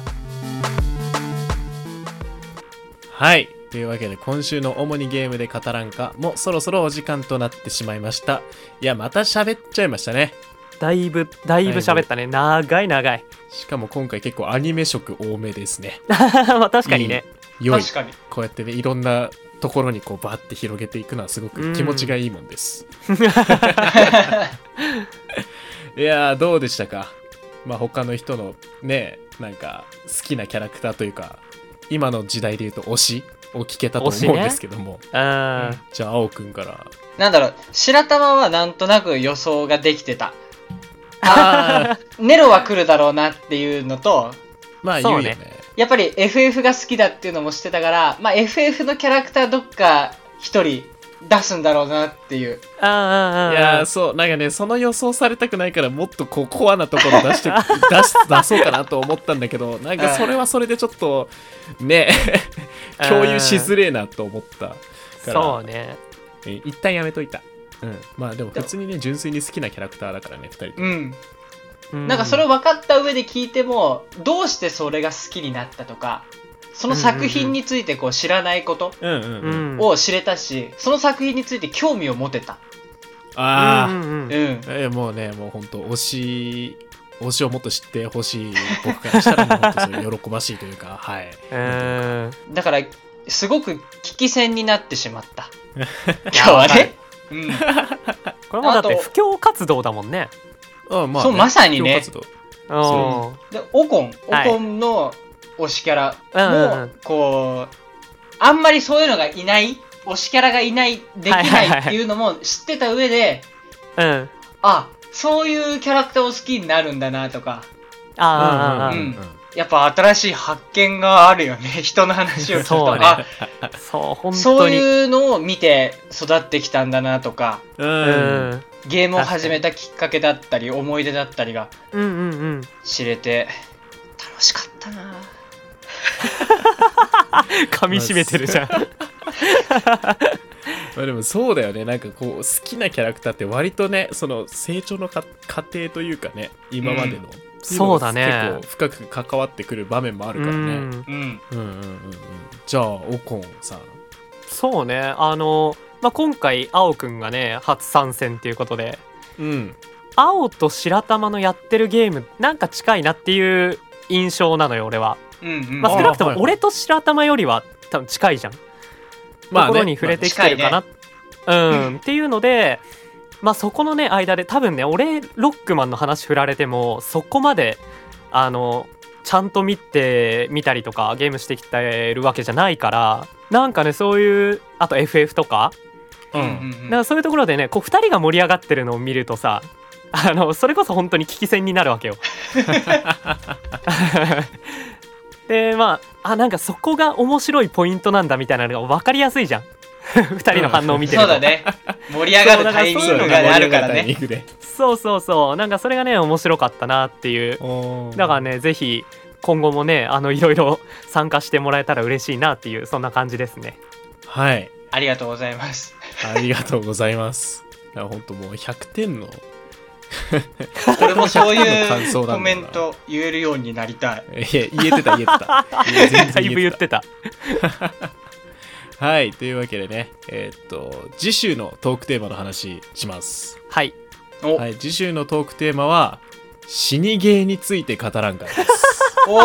Speaker 1: はい。というわけで今週の主にゲームで語らんかもそろそろお時間となってしまいました。いや、また喋っちゃいましたね。
Speaker 2: だいぶだいぶ喋ったね長い長い
Speaker 1: しかも今回結構アニメ色多めですね。
Speaker 2: [LAUGHS] まあ確かにね
Speaker 1: 良い。
Speaker 3: 確かに
Speaker 1: こうやってね、いろんなところにこうバーって広げていくのはすごく気持ちがいいもんです。いやー、どうでしたかまあ他の人のね、なんか好きなキャラクターというか、今の時代で言うと推しを聞けたと思うんですけども。
Speaker 2: うん
Speaker 1: じゃあ、青くんから。
Speaker 3: なんだろう白玉はなんとなく予想ができてたあーネロは来るだろうなっていうのと
Speaker 1: まあ言うよ
Speaker 2: そう
Speaker 1: ね
Speaker 3: やっぱり FF が好きだっていうのもしてたから、まあ、FF のキャラクターどっか一人出すんだろうなっていう。
Speaker 2: ああああああ
Speaker 1: いやーそうなんかねその予想されたくないからもっとこうコアなところ出して [LAUGHS] 出し出そうかなと思ったんだけどなんかそれはそれでちょっとね共有しづれえなと思ったから
Speaker 2: そうね
Speaker 1: え一旦やめといた、うん、まあでも普通にね純粋に好きなキャラクターだからね2人とも
Speaker 3: うん。
Speaker 2: う
Speaker 3: なんかそれを分かった上で聞いても、どうしてそれが好きになったとか、その作品についてこう知らないこと
Speaker 1: うんうんう
Speaker 2: う
Speaker 1: ん、
Speaker 2: ん
Speaker 3: を知れたし、その作品について興味を持てた。
Speaker 1: ああ、
Speaker 2: うんうんうん
Speaker 3: うん。
Speaker 1: えもうねもうほんと推し推しをもっと知ってほしい僕からしたらもうほんとそれ喜ばしいというかはい
Speaker 2: うん
Speaker 3: だから、すごく聞き戦になってしまった。今日はね。うん。
Speaker 2: これもだっ
Speaker 3: あ
Speaker 2: て
Speaker 3: と
Speaker 2: 布教活動だもんね
Speaker 1: うんまあ、
Speaker 3: そうまさにね
Speaker 1: 布教活動
Speaker 2: うん
Speaker 1: そ
Speaker 3: で、オコン、オ
Speaker 2: はい
Speaker 3: コンの推しキャ
Speaker 2: うんうんう
Speaker 3: ラも
Speaker 2: ん、
Speaker 3: こう、あんまりそういうのがいない、推しキャラがいない、でき
Speaker 2: はいはい
Speaker 3: な
Speaker 2: はい
Speaker 3: いっていうのも知ってた上で、
Speaker 2: うん
Speaker 3: あ、そういうキャラクターを好きになるんだなとか、
Speaker 2: あーあー
Speaker 3: うん
Speaker 1: うん
Speaker 3: やっぱ新しい発見があるよね、 [LAUGHS] 人の話を聞く
Speaker 2: そ
Speaker 3: と。
Speaker 2: うね
Speaker 3: あ、
Speaker 2: あーそう本
Speaker 3: そ
Speaker 2: 当
Speaker 3: う
Speaker 2: に
Speaker 3: いうのを見て育ってきたんだなとか、
Speaker 2: う
Speaker 1: うん
Speaker 2: ん
Speaker 3: ゲームを始めたきっかけだったり、思い出だったりが
Speaker 2: うんうんうん
Speaker 3: 知れて、楽しかったな
Speaker 2: 噛み締めてるじゃん
Speaker 1: まあでもそうだよねなんかこう好きなキャラクターって割とねその成長のか過程というかね今までの、
Speaker 3: うん
Speaker 2: そうだね
Speaker 1: 結構深く関わってくる場面もあるからね、う、
Speaker 2: うんん
Speaker 3: うん。
Speaker 1: うんうんうんじゃあオコンさん
Speaker 2: そうねあの、まあ、今回青くんがね初参戦っていうことで
Speaker 1: うん
Speaker 2: 青と白玉のやってるゲームなんか近いなっていう印象なのよ俺は、
Speaker 3: うんうん。
Speaker 2: まあ、
Speaker 1: あー
Speaker 2: 少なくと
Speaker 1: はい
Speaker 2: も
Speaker 1: はい
Speaker 2: 俺と白玉よりは多分近いじゃん、ところに触れてきてるかな、うんっていうのでまあそこのね間で多分ね俺ロックマンの話振られてもそこまであのちゃんと見てみたりとかゲームしてきてるわけじゃないからなんかねそういうあと FF とか
Speaker 1: う
Speaker 3: うんうん
Speaker 1: ん
Speaker 3: うん
Speaker 2: なんかそういうところでねこう2人が盛り上がってるのを見るとさあのそれこそ本当に危機戦になるわ
Speaker 1: [LAUGHS]
Speaker 2: けよ。でまああなんかそこが面白いポイントなんだみたいなのが分かりやすいじゃん [LAUGHS] 2人の反応を見てる
Speaker 3: そ
Speaker 2: と
Speaker 3: うだね。盛り上がるタイミングがねあるから
Speaker 1: タイミ
Speaker 3: ね。
Speaker 1: ングで
Speaker 2: そうそうそうなんかそれがね面白かったなっていうだからねぜひ今後もねあのいろいろ参加してもらえたら嬉しいなっていうそんな感じですね
Speaker 1: はい
Speaker 3: ありがとうございます。
Speaker 1: ありがとうございますだから本当もう100点の
Speaker 3: これもそう
Speaker 1: の感
Speaker 3: い
Speaker 1: 想
Speaker 2: [LAUGHS]
Speaker 3: う
Speaker 1: な
Speaker 3: コ
Speaker 1: んだ
Speaker 3: メ
Speaker 1: な
Speaker 3: ント言えるようになりた
Speaker 1: い
Speaker 3: い。
Speaker 1: や言えてた言えてたいや全然
Speaker 2: だいぶ言
Speaker 1: 言え
Speaker 2: っててた
Speaker 1: たはいというわけでねえーっと次週のトークテーマの話します
Speaker 2: はい
Speaker 3: お、
Speaker 1: はい、次週のトークテーマは死にゲーについて語らんからです。
Speaker 3: お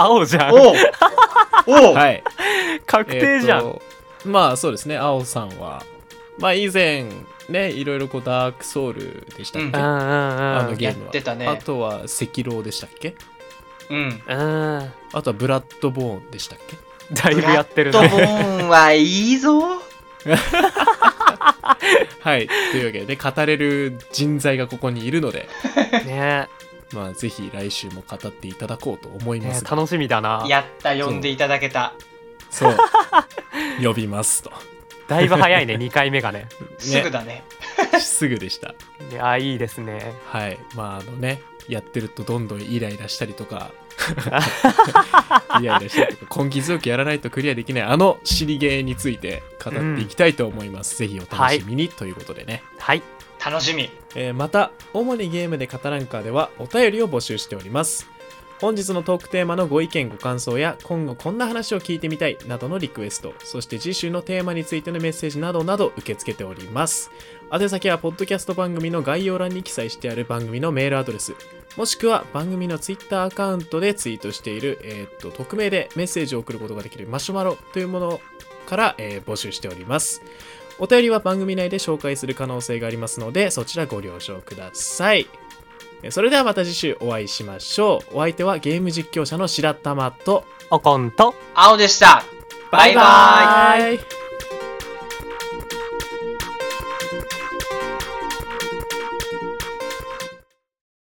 Speaker 2: 青じゃん
Speaker 3: お [LAUGHS] おお、
Speaker 1: はい、
Speaker 2: 確定じゃん、
Speaker 1: えーとまあそうですね、青さんは、まあ以前ね、いろいろこうダークソウルでしたっけ、
Speaker 3: う
Speaker 2: うんうん
Speaker 3: ん
Speaker 2: うん
Speaker 1: あのゲーム
Speaker 3: や
Speaker 1: は。
Speaker 3: ってたね
Speaker 1: あとは赤狼でしたっけ
Speaker 3: うん。
Speaker 2: うん
Speaker 1: あとはブラッドボーンでしたっけ
Speaker 2: だいぶやってる
Speaker 3: ドボ
Speaker 2: ね。
Speaker 3: ーンはいいぞ。
Speaker 1: はい、というわけで、語れる人材がここにいるので、
Speaker 2: ね
Speaker 1: まあぜひ来週も語っていただこうと思い
Speaker 2: ね
Speaker 1: ますが、
Speaker 2: 楽しみだな。
Speaker 3: やった、呼んでいただけた。
Speaker 1: そう、呼びますと。
Speaker 2: だいぶ早いね、2回目がね。
Speaker 3: すぐだね。
Speaker 1: すぐでした。
Speaker 2: いや、いいですね。
Speaker 1: はい、まああのねやってるとどんどんイライラしたりとかイライラしたりとか根気強くやらないとクリアできないあのシリゲーについて語っていきたいと思います、ぜひお楽しみに、ということでね、
Speaker 2: はい。
Speaker 3: 楽しみ。
Speaker 1: えーまた主にゲームで語らんかではお便りを募集しております本日のトークテーマのご意見ご感想や今後こんな話を聞いてみたいなどのリクエストそして次週のテーマについてのメッセージなどなど受け付けております宛先はポッドキャスト番組の概要欄に記載してある番組のメールアドレスもしくは番組のツイッターアカウントでツイートしている、えーっと匿名でメッセージを送ることができるマシュマロというものから、えー募集しておりますお便りは番組内で紹介する可能性がありますのでそちらご了承くださいえそれではまた次週お会いしましょうお相手はゲーム実況者の白玉と
Speaker 2: おこんと。
Speaker 3: 青でした。バイバイ
Speaker 1: イ